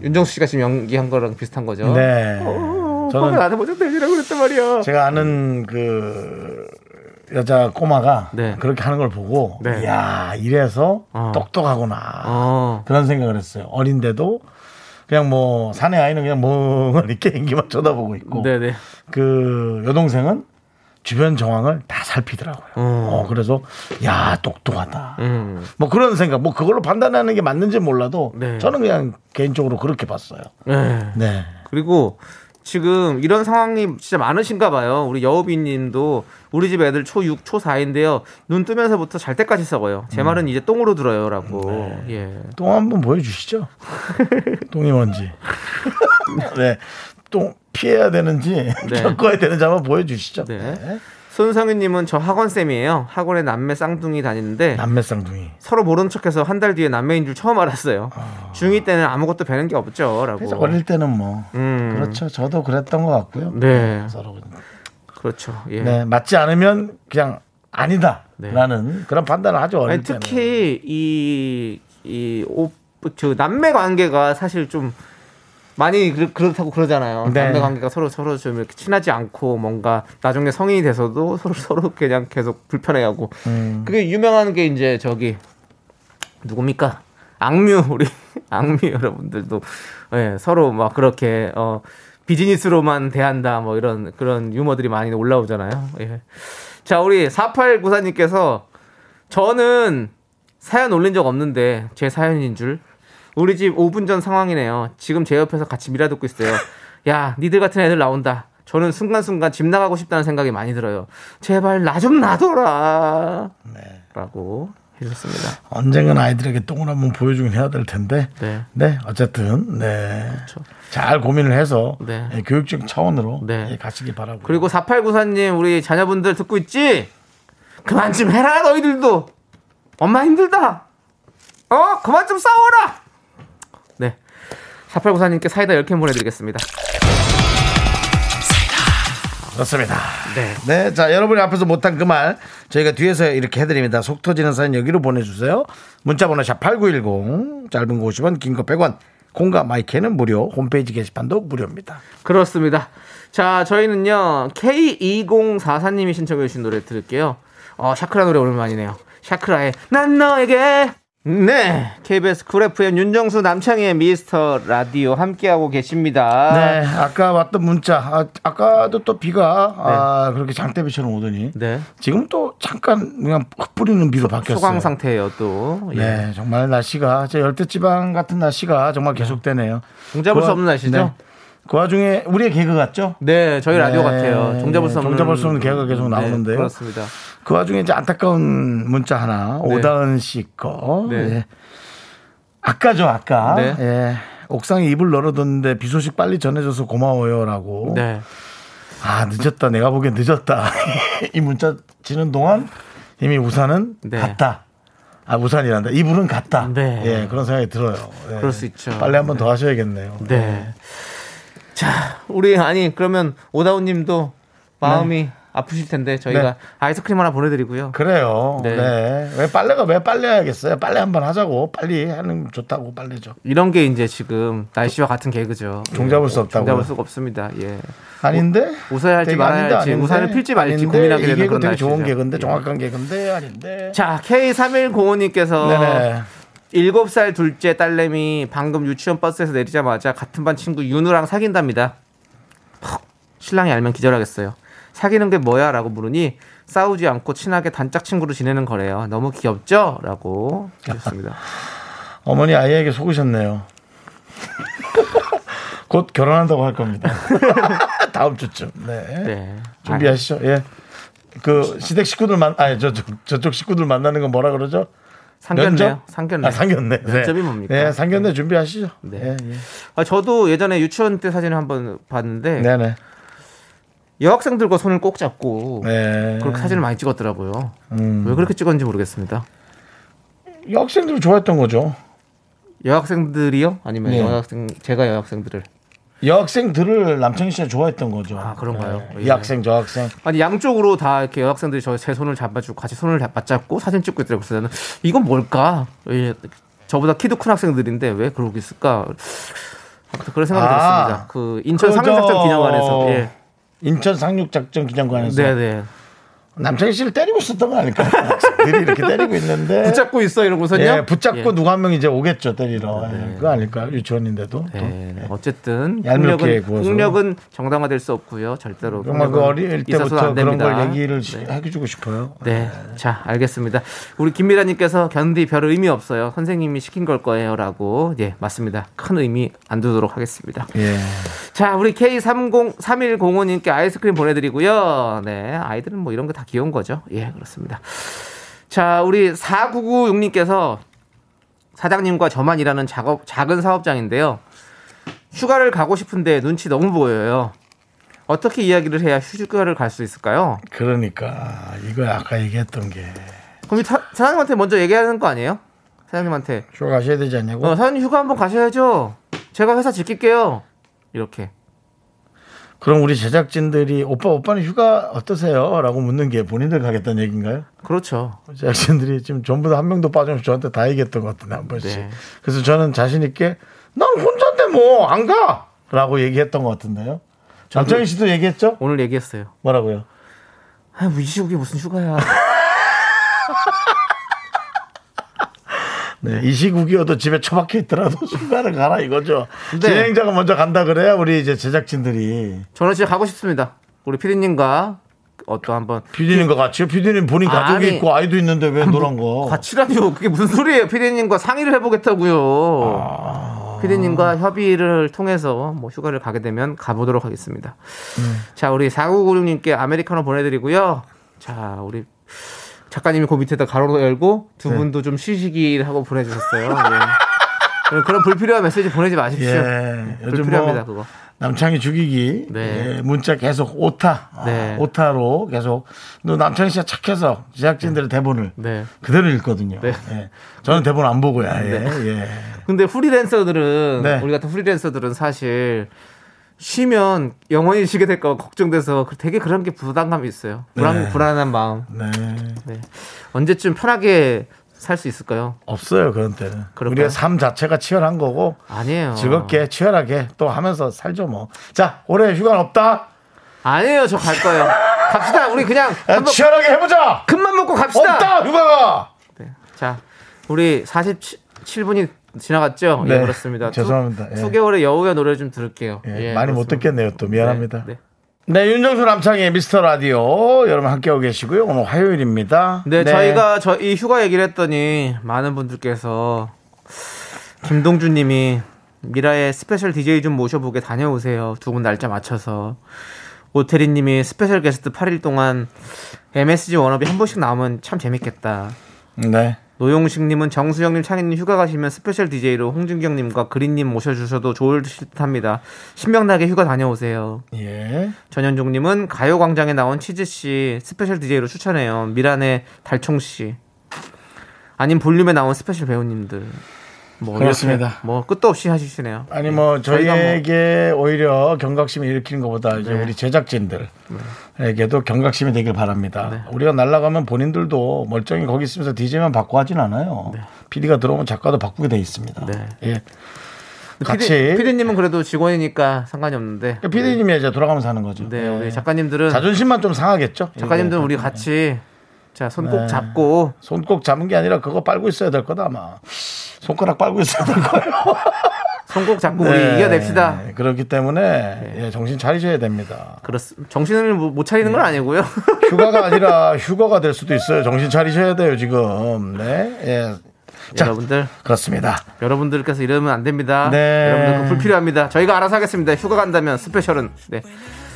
[SPEAKER 2] 윤정수 씨가 지금 연기한 거랑 비슷한 거죠.
[SPEAKER 1] 네.
[SPEAKER 2] 음. 저는
[SPEAKER 1] 저는
[SPEAKER 2] 어, 나한테 먼저 대지라고 그랬단 말이야.
[SPEAKER 1] 제가 아는 그 여자 꼬마가
[SPEAKER 2] 네.
[SPEAKER 1] 그렇게 하는 걸 보고
[SPEAKER 2] 네.
[SPEAKER 1] 이야 이래서
[SPEAKER 2] 어.
[SPEAKER 1] 똑똑하구나
[SPEAKER 2] 어.
[SPEAKER 1] 그런 생각을 했어요. 어린데도 그냥 뭐 사내 <laughs> 아이는 그냥 멍하니 게임기만 쳐다보고 있고
[SPEAKER 2] 네네.
[SPEAKER 1] 그 여동생은 주변 정황을 다 살피더라고요.
[SPEAKER 2] 음.
[SPEAKER 1] 어, 그래서 야 똑똑하다.
[SPEAKER 2] 음.
[SPEAKER 1] 뭐 그런 생각, 뭐 그걸로 판단하는 게 맞는지 몰라도
[SPEAKER 2] 네.
[SPEAKER 1] 저는 그냥 개인적으로 그렇게 봤어요.
[SPEAKER 2] 네.
[SPEAKER 1] 네.
[SPEAKER 2] 그리고 지금 이런 상황이 진짜 많으신가 봐요. 우리 여우비님도 우리 집 애들 초6, 초4인데요. 눈 뜨면서부터 잘 때까지 썩어요.
[SPEAKER 1] 음.
[SPEAKER 2] 제 말은 이제 똥으로 들어요라고.
[SPEAKER 1] 네.
[SPEAKER 2] 예.
[SPEAKER 1] 똥 한번
[SPEAKER 2] <laughs>
[SPEAKER 1] 보여주시죠. 똥이 뭔지. 네. 똥 피해야 되는지
[SPEAKER 2] 네.
[SPEAKER 1] 겪어야 되는지 한번 보여주시죠.
[SPEAKER 2] 네.
[SPEAKER 1] 네.
[SPEAKER 2] 손성윤님은 저 학원 쌤이에요. 학원에 남매 쌍둥이 다니는데
[SPEAKER 1] 남매 쌍둥이.
[SPEAKER 2] 서로 모른 척해서 한 달 뒤에 남매인 줄 처음 알았어요. 중2 때는 아무것도 배는 게
[SPEAKER 1] 아. 그래서
[SPEAKER 2] 없죠라고.
[SPEAKER 1] 어릴 때는 뭐
[SPEAKER 2] 음.
[SPEAKER 1] 그렇죠. 저도 그랬던 것 같고요.
[SPEAKER 2] 네,
[SPEAKER 1] 서로
[SPEAKER 2] 그렇죠. 예. 네.
[SPEAKER 1] 네, 맞지 않으면 그냥 아니다라는 그런 판단을 하죠. 어릴
[SPEAKER 2] 아니,
[SPEAKER 1] 때는.
[SPEAKER 2] 특히 이이오저 남매 관계가 사실 좀 많이 그, 그렇다고 그러잖아요.
[SPEAKER 1] 네.
[SPEAKER 2] 남매 관계가 서로 서로 좀 이렇게 친하지 않고 뭔가 나중에 성인이 돼서도 서로 서로 그냥 계속 불편해하고
[SPEAKER 1] 음.
[SPEAKER 2] 그게 유명한 게 이제 저기 누굽니까 악뮤 우리 <laughs> 악뮤 여러분들도 예, 서로 막 그렇게 어 비즈니스로만 대한다 뭐 이런 그런 유머들이 많이 올라오잖아요. 예. 자 우리 4894님께서 저는 사연 올린 적 없는데 제 사연인 줄 우리 집 5분 전 상황이네요. 지금 제 옆에서 같이 미라 듣고 있어요. 야, 니들 같은 애들 나온다. 저는 순간순간 집 나가고 싶다는 생각이 많이 들어요. 제발 나 좀 놔둬라. 라고 해주셨습니다.
[SPEAKER 1] 언젠간 아이들에게 똥을 한번 보여주긴 해야 될 텐데.
[SPEAKER 2] 네.
[SPEAKER 1] 네, 어쨌든 네.
[SPEAKER 2] 그렇죠.
[SPEAKER 1] 잘 고민을 해서
[SPEAKER 2] 네.
[SPEAKER 1] 예, 교육적 차원으로
[SPEAKER 2] 네.
[SPEAKER 1] 예, 가시기 바라고.
[SPEAKER 2] 그리고 4894님, 우리 자녀분들 듣고 있지? 그만 좀 해라, 너희들도! 엄마 힘들다! 어? 그만 좀 싸워라! 네. 4894님께 사이다 10캔 보내드리겠습니다.
[SPEAKER 1] 그렇습니다.
[SPEAKER 2] 네.
[SPEAKER 1] 네, 자 여러분이 앞에서 못한 그 말 저희가 뒤에서 이렇게 해드립니다. 속 터지는 사연 여기로 보내주세요. 문자번호 샵 #8910 짧은 거 50원, 긴 거 100원. 공과 마이크는 무료, 홈페이지 게시판도 무료입니다.
[SPEAKER 2] 그렇습니다. 자, 저희는요, K2044님이 신청해주신 노래 들을게요. 어, 샤크라 노래 오랜만이네요. 샤크라의 난 너에게! 네, KBS 쿨 FM 윤정수 남창희의 미스터 라디오 함께하고 계십니다.
[SPEAKER 1] 네, 아까 왔던 문자. 아, 아까도 또 비가 아, 그렇게 장대비처럼 오더니
[SPEAKER 2] 네.
[SPEAKER 1] 지금 또 잠깐 그냥 흩 뿌리는 비로 바뀌었어요.
[SPEAKER 2] 소강 상태예요, 또. 예.
[SPEAKER 1] 네, 정말 날씨가 제 열대지방 같은 날씨가 정말 계속되네요.
[SPEAKER 2] 종잡을 수 없는 날씨죠?
[SPEAKER 1] 그 와중에 우리의 개그 같죠?
[SPEAKER 2] 네, 저희 라디오
[SPEAKER 1] 네,
[SPEAKER 2] 같아요. 종잡을 수 없는. 음, 네,
[SPEAKER 1] 종잡을 수 없는 개가 계속 나오는데요.
[SPEAKER 2] 그렇습니다.
[SPEAKER 1] 그 와중에 이제 안타까운 문자 하나
[SPEAKER 2] 네.
[SPEAKER 1] 오다은 씨 거.
[SPEAKER 2] 네.
[SPEAKER 1] 예. 아까죠, 아까.
[SPEAKER 2] 네.
[SPEAKER 1] 예. 옥상에 이불 널어뒀는데 비 소식 빨리 전해줘서 고마워요라고.
[SPEAKER 2] 네.
[SPEAKER 1] 아 늦었다 내가 보기엔 늦었다 <laughs> 이 문자 지는 동안 이미 우산은
[SPEAKER 2] 네.
[SPEAKER 1] 갔다 아 우산이란다 이불은 갔다
[SPEAKER 2] 네.
[SPEAKER 1] 예 그런 생각이 들어요 예.
[SPEAKER 2] 그럴 수 있죠.
[SPEAKER 1] 빨리 한번 더 하셔야겠네요
[SPEAKER 2] 네. 자, 우리 아니 그러면 오다운 님도 마음이 아프실 텐데 저희가
[SPEAKER 1] 네.
[SPEAKER 2] 아이스크림 하나 보내 드리고요.
[SPEAKER 1] 그래요
[SPEAKER 2] 네.
[SPEAKER 1] 네왜 빨래가 왜 빨래 해야겠어요 빨래 한번 하자고 빨리 하는 게 좋다고 빨래죠
[SPEAKER 2] 이런 게 이제 지금 날씨와 같은 개그죠.
[SPEAKER 1] 종잡을 수
[SPEAKER 2] 예,
[SPEAKER 1] 없다고요?
[SPEAKER 2] 종잡을 수가 없습니다. 예.
[SPEAKER 1] 아닌데
[SPEAKER 2] 웃어야 할지
[SPEAKER 1] 되게
[SPEAKER 2] 말아야
[SPEAKER 1] 아닌데,
[SPEAKER 2] 할지,
[SPEAKER 1] 아닌데,
[SPEAKER 2] 우산을 필지 말지
[SPEAKER 1] 아닌데,
[SPEAKER 2] 고민하게 되는
[SPEAKER 1] 이게
[SPEAKER 2] 그런
[SPEAKER 1] 되게 좋은
[SPEAKER 2] 날씨죠.
[SPEAKER 1] 개그인데
[SPEAKER 2] 예.
[SPEAKER 1] 정확한 개그인데 아닌데
[SPEAKER 2] 자, K3105 님께서
[SPEAKER 1] 네네
[SPEAKER 2] 7살 둘째 딸내미 방금 유치원 버스에서 내리자마자 같은 반 친구 윤우랑 사귄답니다. 헉, 신랑이 알면 기절하겠어요. 사귀는 게 뭐야? 라고 물으니 싸우지 않고 친하게 단짝 친구로 지내는 거래요. 너무 귀엽죠? 라고
[SPEAKER 1] <laughs>
[SPEAKER 2] 하셨습니다.
[SPEAKER 1] 어머니 아이에게 속으셨네요. <laughs> 곧 결혼한다고 할 겁니다. <laughs> 다음 주쯤. 네.
[SPEAKER 2] 네.
[SPEAKER 1] 준비하시죠. 예. 그 시댁 식구들 만 아니 저쪽 저쪽 식구들 만나는 건 뭐라 그러죠?
[SPEAKER 2] 아, 상견례요?
[SPEAKER 1] 면접?
[SPEAKER 2] 상견례.
[SPEAKER 1] 아, 상견례. 네.
[SPEAKER 2] 면접이 뭡니까?
[SPEAKER 1] 네, 상견례 준비하시죠.
[SPEAKER 2] 네.
[SPEAKER 1] 네. 예,
[SPEAKER 2] 아, 저도 예전에 유치원 때 사진을 한번 봤는데
[SPEAKER 1] 예. 네, 네.
[SPEAKER 2] 여학생들과 손을 꼭 잡고
[SPEAKER 1] 네.
[SPEAKER 2] 그렇게 사진을 많이 찍었더라고요.
[SPEAKER 1] 음.
[SPEAKER 2] 왜 그렇게 찍었는지 모르겠습니다.
[SPEAKER 1] 여학생들을 좋아했던 거죠.
[SPEAKER 2] 여학생들이요? 아니면
[SPEAKER 1] 네.
[SPEAKER 2] 여학생 제가 여학생들을
[SPEAKER 1] 여학생들을 남창희 씨가 좋아했던 거죠.
[SPEAKER 2] 아, 그런가요?
[SPEAKER 1] 네.
[SPEAKER 2] 예.
[SPEAKER 1] 이 학생 저 학생.
[SPEAKER 2] 아니 양쪽으로 다 이렇게 여학생들이 저 제 손을 잡아주고 같이 손을 잡- 맞잡고 사진 찍고 있더라고요. 그래서 저는 이건 뭘까? 왜 저보다 키도 큰 학생들인데 왜 그러고 있을까? 아무튼 그런 생각이
[SPEAKER 1] 아,
[SPEAKER 2] 들었습니다. 그 인천
[SPEAKER 1] 그거
[SPEAKER 2] 상륙작전
[SPEAKER 1] 저-
[SPEAKER 2] 기념관에서 예.
[SPEAKER 1] 인천 상륙작전 기념관에서
[SPEAKER 2] 네네
[SPEAKER 1] 남창희 씨를 때리고 있었던 거 <laughs> 아닐까? 학생들이 이렇게 때리고 있는데.
[SPEAKER 2] 붙잡고 있어 이러고서요.
[SPEAKER 1] 예, 붙잡고
[SPEAKER 2] 예.
[SPEAKER 1] 누가 한 명 이제 오겠죠 때리러. 예, 그거 아닐까요? 유치원인데도. 또.
[SPEAKER 2] 네, 어쨌든
[SPEAKER 1] 얄밉게
[SPEAKER 2] 폭력은,
[SPEAKER 1] 구워서.
[SPEAKER 2] 폭력은 정당화될 수 없고요. 절대로
[SPEAKER 1] 정말 그
[SPEAKER 2] 폭력은
[SPEAKER 1] 어릴
[SPEAKER 2] 있어서는
[SPEAKER 1] 때부터
[SPEAKER 2] 안
[SPEAKER 1] 그런 걸
[SPEAKER 2] 됩니다.
[SPEAKER 1] 얘기를
[SPEAKER 2] 네.
[SPEAKER 1] 해주고 싶어요.
[SPEAKER 2] 네. 자, 알겠습니다. 우리 김미라님께서 견디 별 의미 없어요. 선생님이 시킨 걸 거예요. 라고. 예, 맞습니다. 큰 의미 안 두도록 하겠습니다.
[SPEAKER 1] 예.
[SPEAKER 2] 자, 우리 K303105님께 아이스크림 보내드리고요. 네. 아이들은 뭐 이런 거 다 귀여운 거죠. 예, 그렇습니다. 자, 우리 4996님께서 사장님과 저만 일하는 작업, 작은 사업장인데요. 휴가를 가고 싶은데 눈치 너무 보여요. 어떻게 이야기를 해야 휴가를 갈 수 있을까요?
[SPEAKER 1] 그러니까 이거 아까 얘기했던 게
[SPEAKER 2] 그럼 이 사- 사장님한테 먼저 얘기하는 거 아니에요? 사장님한테
[SPEAKER 1] 휴가 가셔야 되지 않냐고.
[SPEAKER 2] 어, 사장님 휴가 한번 가셔야죠. 제가 회사 지킬게요. 이렇게
[SPEAKER 1] 그럼 우리 제작진들이 오빠 오빠는 휴가 어떠세요?라고 묻는 게 본인들 가겠다는 얘기인가요?
[SPEAKER 2] 그렇죠.
[SPEAKER 1] 제작진들이 지금 전부 다 한 명도 빠짐없이 저한테 다 얘기했던 것 같은데 한 번씩.
[SPEAKER 2] 네.
[SPEAKER 1] 그래서 저는 자신 있게 난 혼자인데 뭐 안 가라고 얘기했던 것 같은데요. 남창희 씨도 얘기했죠?
[SPEAKER 2] 오늘 얘기했어요.
[SPEAKER 1] 뭐라고요?
[SPEAKER 2] 아, 이 시국에 무슨 휴가야.
[SPEAKER 1] 네, 이 시국이어도 집에 처박혀 있더라도 <laughs> 휴가를 가라 이거죠.
[SPEAKER 2] 네.
[SPEAKER 1] 진행자가 먼저 간다 그래야 우리 이제 제작진들이
[SPEAKER 2] 저는 진짜 가고 싶습니다. 우리 피디님과 어떤 한번
[SPEAKER 1] PD님 과 같이요. PD님 본인 가족이
[SPEAKER 2] 그 아니. 그
[SPEAKER 1] 있고 아이도 있는데 왜 노란 거?
[SPEAKER 2] 과치라니요. 그게 무슨 소리예요? 피디님과 상의를
[SPEAKER 1] 아,
[SPEAKER 2] 해보겠다고요. 아. 피디님과 협의를 통해서 뭐 휴가를 가게 되면 가보도록 하겠습니다.
[SPEAKER 1] 음.
[SPEAKER 2] 자, 우리 4996님께 아메리카노 보내드리고요. 자, 우리 작가님이 그 밑에다 가로로 열고 두
[SPEAKER 1] 네.
[SPEAKER 2] 분도 좀 쉬시기 하고 보내주셨어요. 예. 그런 불필요한 메시지 보내지 마십시오.
[SPEAKER 1] 예, 요즘 뭐
[SPEAKER 2] 불필요합니다, 그거.
[SPEAKER 1] 남창희 죽이기
[SPEAKER 2] 네.
[SPEAKER 1] 예, 문자 계속 오타 아,
[SPEAKER 2] 네.
[SPEAKER 1] 오타로 계속 너 남창희 씨가 착해서 제작진들의 대본을
[SPEAKER 2] 네.
[SPEAKER 1] 그대로 읽거든요.
[SPEAKER 2] 네.
[SPEAKER 1] 예. 저는 대본 안 보고요. 예. 예.
[SPEAKER 2] 근데 프리랜서들은
[SPEAKER 1] 네.
[SPEAKER 2] 우리 같은 프리랜서들은 사실 쉬면 영원히 쉬게 될까 걱정돼서 그- 되게 그런 게 부담감이 있어요. 불안
[SPEAKER 1] 네.
[SPEAKER 2] 불안한 마음.
[SPEAKER 1] 네.
[SPEAKER 2] 네. 언제쯤 편하게 살 수 있을까요?
[SPEAKER 1] 없어요 그런 때는
[SPEAKER 2] 그럴까요? 어.
[SPEAKER 1] 우리의 삶 자체가 치열한 거고
[SPEAKER 2] 아니에요.
[SPEAKER 1] 즐겁게 치열하게 또 하면서 살죠 뭐. 자 올해 휴가는 없다.
[SPEAKER 2] 아니에요. 저 갈 거예요. 갑시다. 우리 그냥
[SPEAKER 1] 야,
[SPEAKER 2] 한번
[SPEAKER 1] 치열하게 해보자.
[SPEAKER 2] 큰맘 먹고 갑시다.
[SPEAKER 1] 아, 없다 휴가가.
[SPEAKER 2] 네. 자, 우리 47분이 지나갔죠?
[SPEAKER 1] 네.
[SPEAKER 2] 예, 그렇습니다.
[SPEAKER 1] 죄송합니다. 예.
[SPEAKER 2] 2개월의 여우의 노래 좀 들을게요.
[SPEAKER 1] 예, 많이 못
[SPEAKER 2] 그렇습니다.
[SPEAKER 1] 듣겠네요 또 미안합니다.
[SPEAKER 2] 네, 네.
[SPEAKER 1] 네, 윤정수 남창의 미스터 라디오 여러분 함께하고 계시고요. 오늘 화요일입니다.
[SPEAKER 2] 네, 저희가 저 이 휴가 얘기를 했더니 많은 분들께서 김동준님이 미라의 스페셜 DJ 좀 모셔보게 다녀오세요. 두 분 날짜 맞춰서 오태리님이 스페셜 게스트 8일 동안 MSG 워너비 한 번씩 나오면 참 재밌겠다.
[SPEAKER 1] 네.
[SPEAKER 2] 노용식님은 정수영님, 창희님 휴가 가시면 스페셜 DJ로 홍준경님과 그린님 모셔주셔도 좋을 듯합니다. 신명나게 휴가 다녀오세요.
[SPEAKER 1] 예.
[SPEAKER 2] 전현종님은 가요광장에 나온 치즈씨 스페셜 DJ로 추천해요. 미란의 달총씨. 아님 볼륨에 나온 스페셜 배우님들. 뭐 이렇게
[SPEAKER 1] 그렇습니다.
[SPEAKER 2] 뭐 끝도 없이 하시시네요.
[SPEAKER 1] 아니 뭐
[SPEAKER 2] 저희가 뭐- 네.
[SPEAKER 1] 저희에게 오히려 경각심을 일으키는 것보다 이제 우리 제작진들에게도 경각심이 되길 바랍니다.
[SPEAKER 2] 네.
[SPEAKER 1] 우리가 날아가면 본인들도 멀쩡히 거기 있으면서 DJ만 바꿔 하진 않아요. PD가 들어오면 작가도 바꾸게 돼 있습니다.
[SPEAKER 2] 네.
[SPEAKER 1] 예. 같이
[SPEAKER 2] 피디, 피디님은 그래도 직원이니까 상관이 없는데.
[SPEAKER 1] PD님이 이제 돌아가면서 하는 거죠.
[SPEAKER 2] 네,
[SPEAKER 1] 예.
[SPEAKER 2] 우리 작가님들은
[SPEAKER 1] 자존심만 좀 상하겠죠. 예.
[SPEAKER 2] 작가님들은 우리 같이 자 손 꼭
[SPEAKER 1] 네.
[SPEAKER 2] 잡고
[SPEAKER 1] 손 꼭 잡은 게 아니라 그거 빨고 있어야 될 거다 아마. 손가락 빨고 있어야 될 거예요.
[SPEAKER 2] 손 꼭 잡고
[SPEAKER 1] 네.
[SPEAKER 2] <laughs> 우리 이겨냅시다. 네.
[SPEAKER 1] 그렇기 때문에 예, 정신 차리셔야 됩니다.
[SPEAKER 2] 그렇습니다. 정신을 못 못 차리는 건
[SPEAKER 1] 네.
[SPEAKER 2] 아니고요.
[SPEAKER 1] 휴가가 아니라 휴거가 될 수도 있어요. 정신 차리셔야 돼요 지금. 네. 예. <laughs> 자,
[SPEAKER 2] 여러분들
[SPEAKER 1] 그렇습니다.
[SPEAKER 2] 여러분들께서 이러면 안 됩니다.
[SPEAKER 1] 네.
[SPEAKER 2] 여러분들 그 불필요합니다. 저희가 알아서 하겠습니다. 휴가 간다면 스페셜은. 네.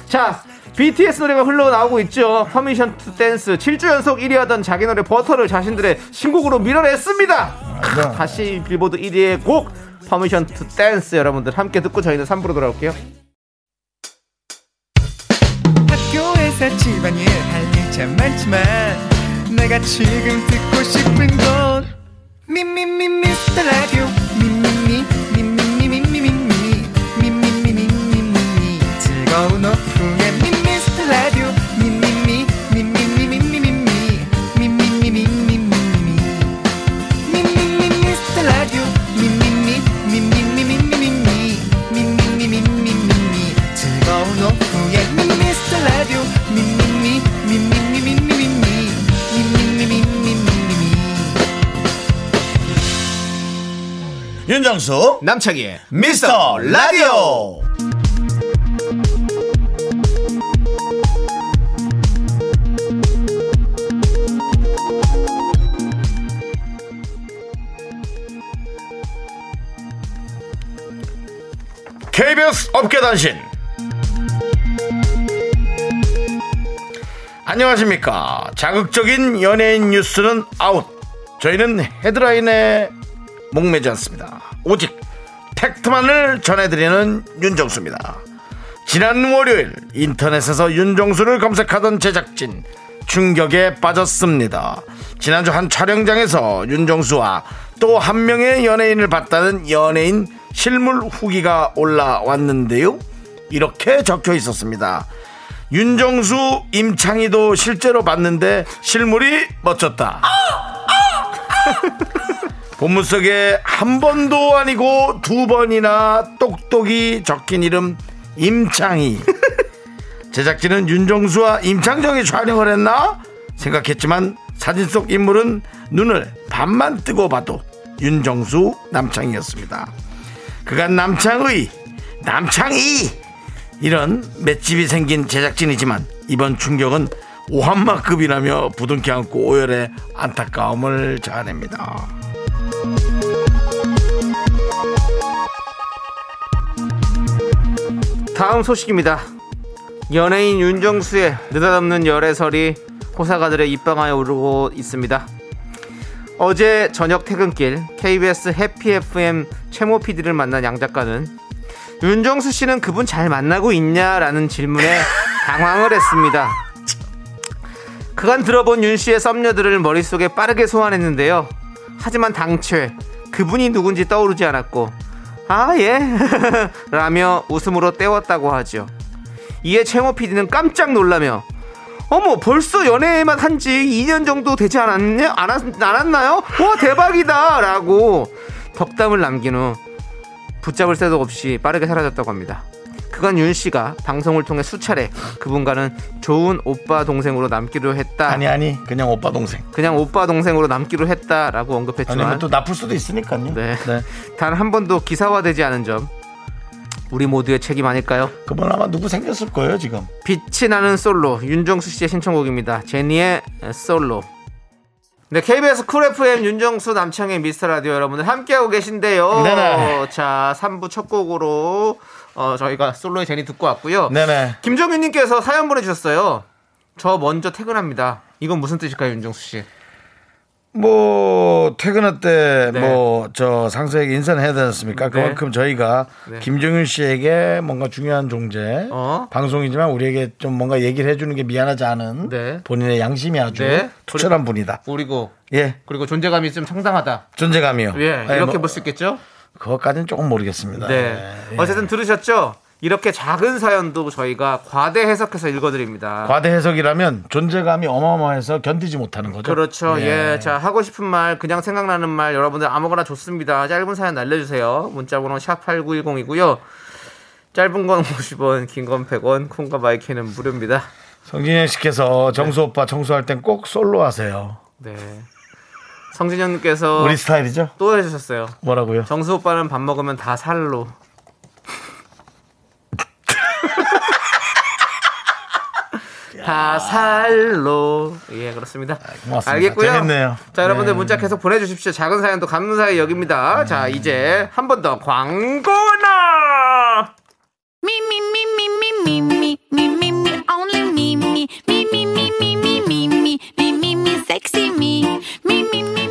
[SPEAKER 2] 자, BTS 노래가 흘러나오고 있죠. 퍼미션 투 댄스 7주 연속 1위 하던 자기 노래 버터를 자신들의 신곡으로 밀어냈습니다.
[SPEAKER 1] 네.
[SPEAKER 2] 크, 다시 빌보드 1위의 곡 퍼미션 투 댄스 여러분들 함께 듣고 저희는 3부로 돌아올게요.
[SPEAKER 4] 학교에서 집안일 할 일 참 많지만 내가 지금 듣고 싶은 건 미미미 미스터 라디오 미미미 미미미 미미미 미미미 미미미 예,
[SPEAKER 5] 윤정수
[SPEAKER 2] 남창희의
[SPEAKER 5] 미스터 라디오 KBS 업계단신 안녕하십니까 자극적인 연예인 뉴스는 아웃 저희는 헤드라인에 목매지 않습니다. 오직 팩트만을 전해드리는 윤정수입니다. 지난 월요일 인터넷에서 윤정수를 검색하던 제작진 충격에 빠졌습니다. 지난주 한 촬영장에서 윤정수와 또 한 명의 연예인을 봤다는 연예인 실물 후기가 올라왔는데요. 이렇게 적혀 있었습니다. 윤정수, 임창희도 실제로 봤는데 실물이 멋졌다. 본문 속에 한 번도 아니고 두 번이나 똑똑히 적힌 이름 임창희. 제작진은 윤정수와 임창정이 촬영을 했나 생각했지만 사진 속 인물은 눈을 반만 뜨고 봐도 윤정수 남창이었습니다. 그간 남창의 남창이 이런 맷집이 생긴 제작진이지만 이번 충격은 오한마급이라며 부둥켜 안고 오열의 안타까움을 자아냅니다.
[SPEAKER 2] 다음 소식입니다. 연예인 윤정수의 느닷없는 열애설이 호사가들의 입방아에 오르고 있습니다. 어제 저녁 퇴근길 KBS 해피 FM 최모 PD를 만난 양 작가는 윤정수 씨는 그분 잘 만나고 있냐라는 질문에 당황을 했습니다. 그간 들어본 윤 씨의 썸녀들을 머릿속에 빠르게 소환했는데요. 하지만 당최 그분이 누군지 떠오르지 않았고 아 예? <laughs> 라며 웃음으로 때웠다고 하죠. 이에 최모 PD는 깜짝 놀라며 어머 벌써 연애만 한지 2년 정도 되지 않았냐? 않았, 않았나요? 와 대박이다 라고 덕담을 남긴 후 붙잡을 새도 없이 빠르게 사라졌다고 합니다. 그간 윤 씨가 방송을 통해 수차례 그분과는 좋은 오빠 동생으로 남기로 했다.
[SPEAKER 1] 아니 아니 그냥 오빠 동생.
[SPEAKER 2] 그냥 오빠 동생으로 남기로 했다라고 언급했지만
[SPEAKER 1] 아니면 또 나쁠 수도 있으니까요.
[SPEAKER 2] 네. 단 한 번도 기사화되지 않은 점 우리 모두의 책임 아닐까요?
[SPEAKER 1] 그분 아마 누구 생겼을 거예요 지금.
[SPEAKER 2] 빛이 나는 솔로 윤정수 씨의 신청곡입니다. 제니의 솔로. 네, KBS 쿨 FM 윤정수 남창의 미스터 라디오 여러분들 함께하고 계신데요.
[SPEAKER 1] 네네.
[SPEAKER 2] 자, 3부 첫 곡으로 어, 저희가 솔로의 제니 듣고 왔고요.
[SPEAKER 1] 네네.
[SPEAKER 2] 김정윤님께서 사연 보내주셨어요. 저 먼저 퇴근합니다. 이건 무슨 뜻일까요, 윤정수 씨?
[SPEAKER 1] 뭐 퇴근할 때
[SPEAKER 2] 네.
[SPEAKER 1] 뭐 저 상사에게 인사를 해야 되지 않습니까? 그만큼 저희가
[SPEAKER 2] 네.
[SPEAKER 1] 김종윤 씨에게 뭔가 중요한 존재
[SPEAKER 2] 어?
[SPEAKER 1] 방송이지만 우리에게 좀 뭔가 얘기를 해주는 게 미안하지 않은
[SPEAKER 2] 네.
[SPEAKER 1] 본인의 양심이 아주
[SPEAKER 2] 네.
[SPEAKER 1] 투철한 분이다.
[SPEAKER 2] 그리고
[SPEAKER 1] 예,
[SPEAKER 2] 그리고 존재감이 좀 상당하다.
[SPEAKER 1] 존재감이요.
[SPEAKER 2] 예,
[SPEAKER 1] 아니,
[SPEAKER 2] 이렇게
[SPEAKER 1] 뭐,
[SPEAKER 2] 볼 수 있겠죠?
[SPEAKER 1] 그것까지는 조금 모르겠습니다.
[SPEAKER 2] 네.
[SPEAKER 1] 예.
[SPEAKER 2] 어쨌든 들으셨죠? 이렇게 작은 사연도 저희가 과대 해석해서 읽어드립니다.
[SPEAKER 1] 과대 해석이라면 존재감이 어마어마해서 견디지 못하는 거죠.
[SPEAKER 2] 그렇죠. 예. 자, 하고 싶은 말, 그냥 생각나는 말, 여러분들 아무거나 좋습니다. 짧은 사연 날려주세요. 문자번호 샵8910이고요. 짧은 건 50원, 긴 건 100원, 콩과 마이크는 무료입니다.
[SPEAKER 1] 성진영 씨께서 정수 오빠 청소할 땐 꼭 솔로 하세요.
[SPEAKER 2] 네. 성진영님께서
[SPEAKER 1] 우리 스타일이죠?
[SPEAKER 2] 또 해주셨어요.
[SPEAKER 1] 뭐라고요?
[SPEAKER 2] 어. 정수 오빠는 밥 먹으면
[SPEAKER 1] <laughs>
[SPEAKER 2] 다 살로. 다 살로. 예, 그렇습니다.
[SPEAKER 1] 고맙습니다.
[SPEAKER 2] 알겠고요.
[SPEAKER 1] 재밌네요.
[SPEAKER 2] 자, 여러분들
[SPEAKER 1] 네. 음.
[SPEAKER 2] 문자 계속 보내주십시오. 작은 사연도 감사히 여깁니다. 자, 이제 한 번 더 광고나.
[SPEAKER 3] Me, me, me, me, me, me, me, me, me, me, only me, me, me, me, me, me, me, me, me, me, me, me, sexy me, me, me, me.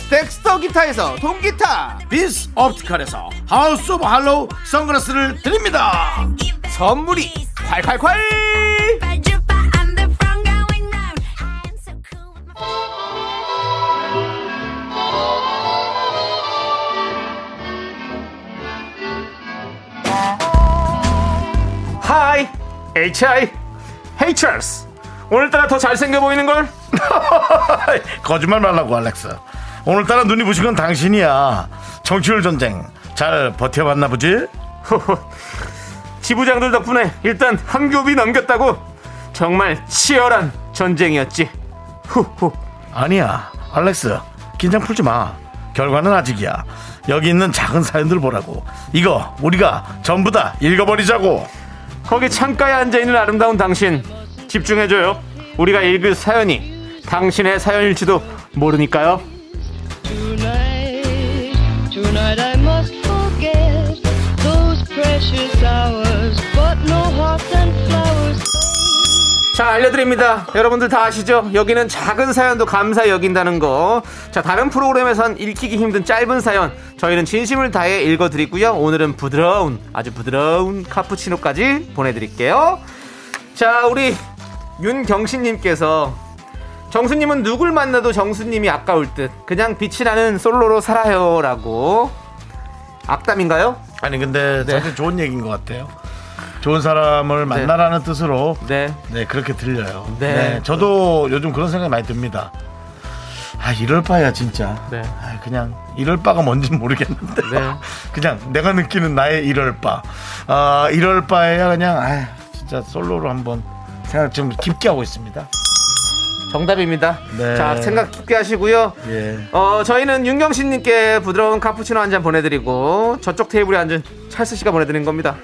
[SPEAKER 2] 덱스터 기타에서 동기타
[SPEAKER 1] 비스 옵티컬에서 하우스 오브 할로우 선글라스를 드립니다
[SPEAKER 2] 선물이 콸콸콸
[SPEAKER 3] Ride your bike, I'm the front going round. I am so cool with my-
[SPEAKER 2] 하이 HI 헤이 찰스 오늘따라 더 잘생겨 보이는걸?
[SPEAKER 1] 거짓말 말라고 알렉스 오늘따라 눈이 부신 건 당신이야 정치율 전쟁 잘 버텨봤나 보지
[SPEAKER 2] 지부장들 덕분에 일단 한 굽이 넘겼다고 정말 치열한 전쟁이었지 후후
[SPEAKER 1] 아니야 알렉스 긴장 풀지 마 결과는 아직이야 여기 있는 작은 사연들 보라고 이거 우리가 전부 다 읽어버리자고
[SPEAKER 2] 거기 창가에 앉아있는 아름다운 당신 집중해줘요 우리가 읽을 사연이 당신의 사연일지도 모르니까요
[SPEAKER 6] Tonight, tonight I must forget those precious hours, but no hearts and flowers.
[SPEAKER 2] 자 알려드립니다 여러분들 다 아시죠 여기는 작은 사연도 감사 여긴다는 거자 다른 프로그램에선 읽히기 힘든 짧은 사연 저희는 진심을 다해 읽어드리고요 오늘은 부드러운 아주 부드러운 카푸치노까지 보내드릴게요 자 우리 윤경신님께서 정수님은 누굴 만나도 정수님이 아까울 듯 그냥 빛이 나는 솔로로 살아요 라고 악담인가요?
[SPEAKER 1] 아니 근데
[SPEAKER 2] 네.
[SPEAKER 1] 사실 좋은 얘기인 것 같아요 좋은 사람을 만나라는 뜻으로
[SPEAKER 2] 네
[SPEAKER 1] 네 그렇게 들려요
[SPEAKER 2] 네.
[SPEAKER 1] 네. 저도 요즘 그런 생각이 많이 듭니다 아 이럴 바야 진짜
[SPEAKER 2] 네.
[SPEAKER 1] 아, 그냥 이럴 바가 뭔진 모르겠는데
[SPEAKER 2] 네.
[SPEAKER 1] 그냥 내가 느끼는 나의 이럴 바 아, 이럴 바에야 그냥 아 진짜 솔로로 한번 생각 좀 깊게 하고 있습니다
[SPEAKER 2] 정답입니다
[SPEAKER 1] 네.
[SPEAKER 2] 자 생각 깊게 하시고요
[SPEAKER 1] 예
[SPEAKER 2] 어, 저희는 윤경신님께 부드러운 카푸치노 한 잔 보내드리고 저쪽 테이블에 앉은 찰스 씨가 보내드린 겁니다.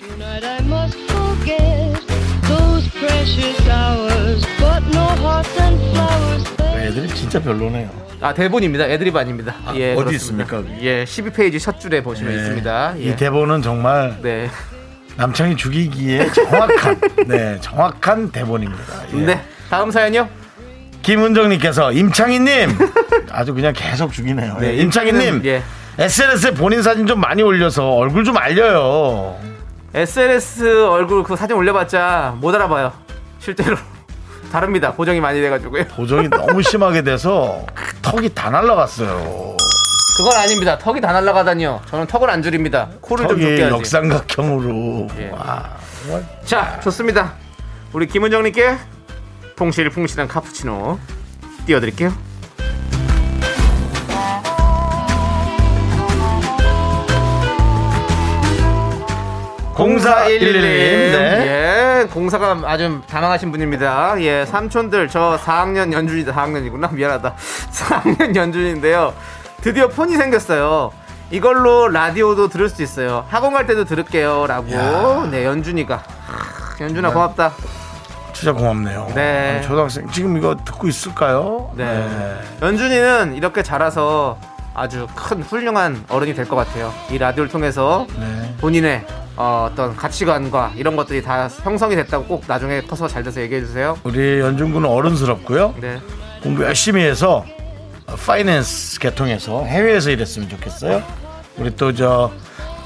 [SPEAKER 6] Tonight I must forget those precious hours, but no hearts and flowers.
[SPEAKER 1] 애들이 진짜 별로네요
[SPEAKER 2] 아 대본입니다. 애드립 아닙니다. 예,
[SPEAKER 1] 어디
[SPEAKER 2] 그렇습니다.
[SPEAKER 1] 있습니까, 그게?
[SPEAKER 2] 예, 12페이지 첫 줄에 보시면
[SPEAKER 1] 예.
[SPEAKER 2] 있습니다. 예.
[SPEAKER 1] 이 대본은 정말
[SPEAKER 2] 네,
[SPEAKER 1] 남창이 죽이기에 정확한 네 정확한 대본입니다 예.
[SPEAKER 2] 네. 다음 사연요.
[SPEAKER 1] 김은정님께서
[SPEAKER 2] <laughs>
[SPEAKER 1] 임창희님 아주 그냥 계속 죽이네요.
[SPEAKER 2] 네,
[SPEAKER 1] 예, 임창희님
[SPEAKER 2] 예.
[SPEAKER 1] SNS에 본인 사진 좀 많이 올려서 얼굴 좀 알려요.
[SPEAKER 2] SNS 얼굴 그 사진 올려봤자 못 알아봐요. 실제로 <laughs> 다릅니다. 보정이 많이 돼가지고요.
[SPEAKER 1] 보정이 너무 심하게 돼서 턱이 다 날라갔어요.
[SPEAKER 2] 그건 아닙니다. 턱이 다 날라가다니요. 저는 턱을 안 줄입니다. 코를 좀
[SPEAKER 1] 턱이
[SPEAKER 2] 좁게 하지.
[SPEAKER 1] 역삼각형으로
[SPEAKER 2] 예.
[SPEAKER 1] 와,
[SPEAKER 2] 자, 좋습니다. 우리 김은정님께 통실 풍실한 카푸치노 띄워드릴게요. 네. 예, 공사가 아주 당황하신 분입니다. 예, 삼촌들 저 4학년 연준이다. 4학년이구나. <laughs> 미안하다. 4학년 연준인데요. 드디어 폰이 생겼어요. 이걸로 라디오도 들을 수 있어요. 학원 갈 때도 들을게요라고. 네, 연준이가. 아, 연준아 고맙다.
[SPEAKER 1] 진짜 고맙네요.
[SPEAKER 2] 네.
[SPEAKER 1] 아니, 초등학생 지금 이거 듣고 있을까요?
[SPEAKER 2] 네. 연준이는 이렇게 자라서 아주 큰 훌륭한 어른이 될 것 같아요. 이 라디오를 통해서
[SPEAKER 1] 네.
[SPEAKER 2] 본인의 어, 떤 가치관과 이런 것들이 다 형성이 됐다고 꼭 나중에 커서 잘 돼서 얘기해 주세요.
[SPEAKER 1] 우리 연준군은 어른스럽고요.
[SPEAKER 2] 네.
[SPEAKER 1] 공부 열심히 해서 어, 파이낸스 개통해서 해외에서 일했으면 좋겠어요. 우리 또 저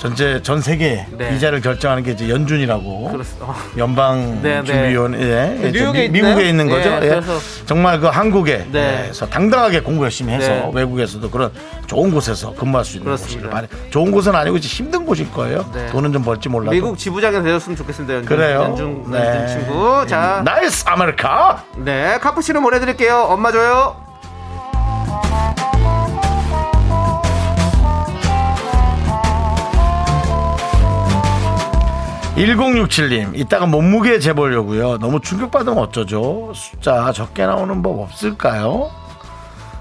[SPEAKER 1] 전체 전 세계
[SPEAKER 2] 네.
[SPEAKER 1] 이자를 결정하는 게 이제 연준이라고
[SPEAKER 2] 그렇습니다. 어,
[SPEAKER 1] 연방
[SPEAKER 2] 네, 네.
[SPEAKER 1] 준비위원회 예, 이제
[SPEAKER 2] 뉴욕에
[SPEAKER 1] 미,
[SPEAKER 2] 있나요?
[SPEAKER 1] 국에 있는 거죠.
[SPEAKER 2] 예,
[SPEAKER 1] 예.
[SPEAKER 2] 그래서-
[SPEAKER 1] 정말 그 한국에서
[SPEAKER 2] 네.
[SPEAKER 1] 당당하게 공부 열심히 해서
[SPEAKER 2] 네.
[SPEAKER 1] 외국에서도 그런 좋은 곳에서 근무할 수 있는 곳을
[SPEAKER 2] 그렇습니다.
[SPEAKER 1] 많이 좋은 곳은 아니고 이제 힘든 곳일 거예요.
[SPEAKER 2] 네.
[SPEAKER 1] 돈은 좀 벌지 몰라도
[SPEAKER 2] 미국 지부장이 되셨으면 좋겠습니다. 연준,
[SPEAKER 1] 그래요.
[SPEAKER 2] 연준,
[SPEAKER 1] 네.
[SPEAKER 2] 연준 친구. 자,
[SPEAKER 1] 나이스 아메리카.
[SPEAKER 2] 네 카푸치노 보내드릴게요. 엄마 줘요.
[SPEAKER 1] 일공육칠님 이따가 몸무게 재보려고요. 너무 충격받으면 어쩌죠? 숫자 적게 나오는 법 없을까요?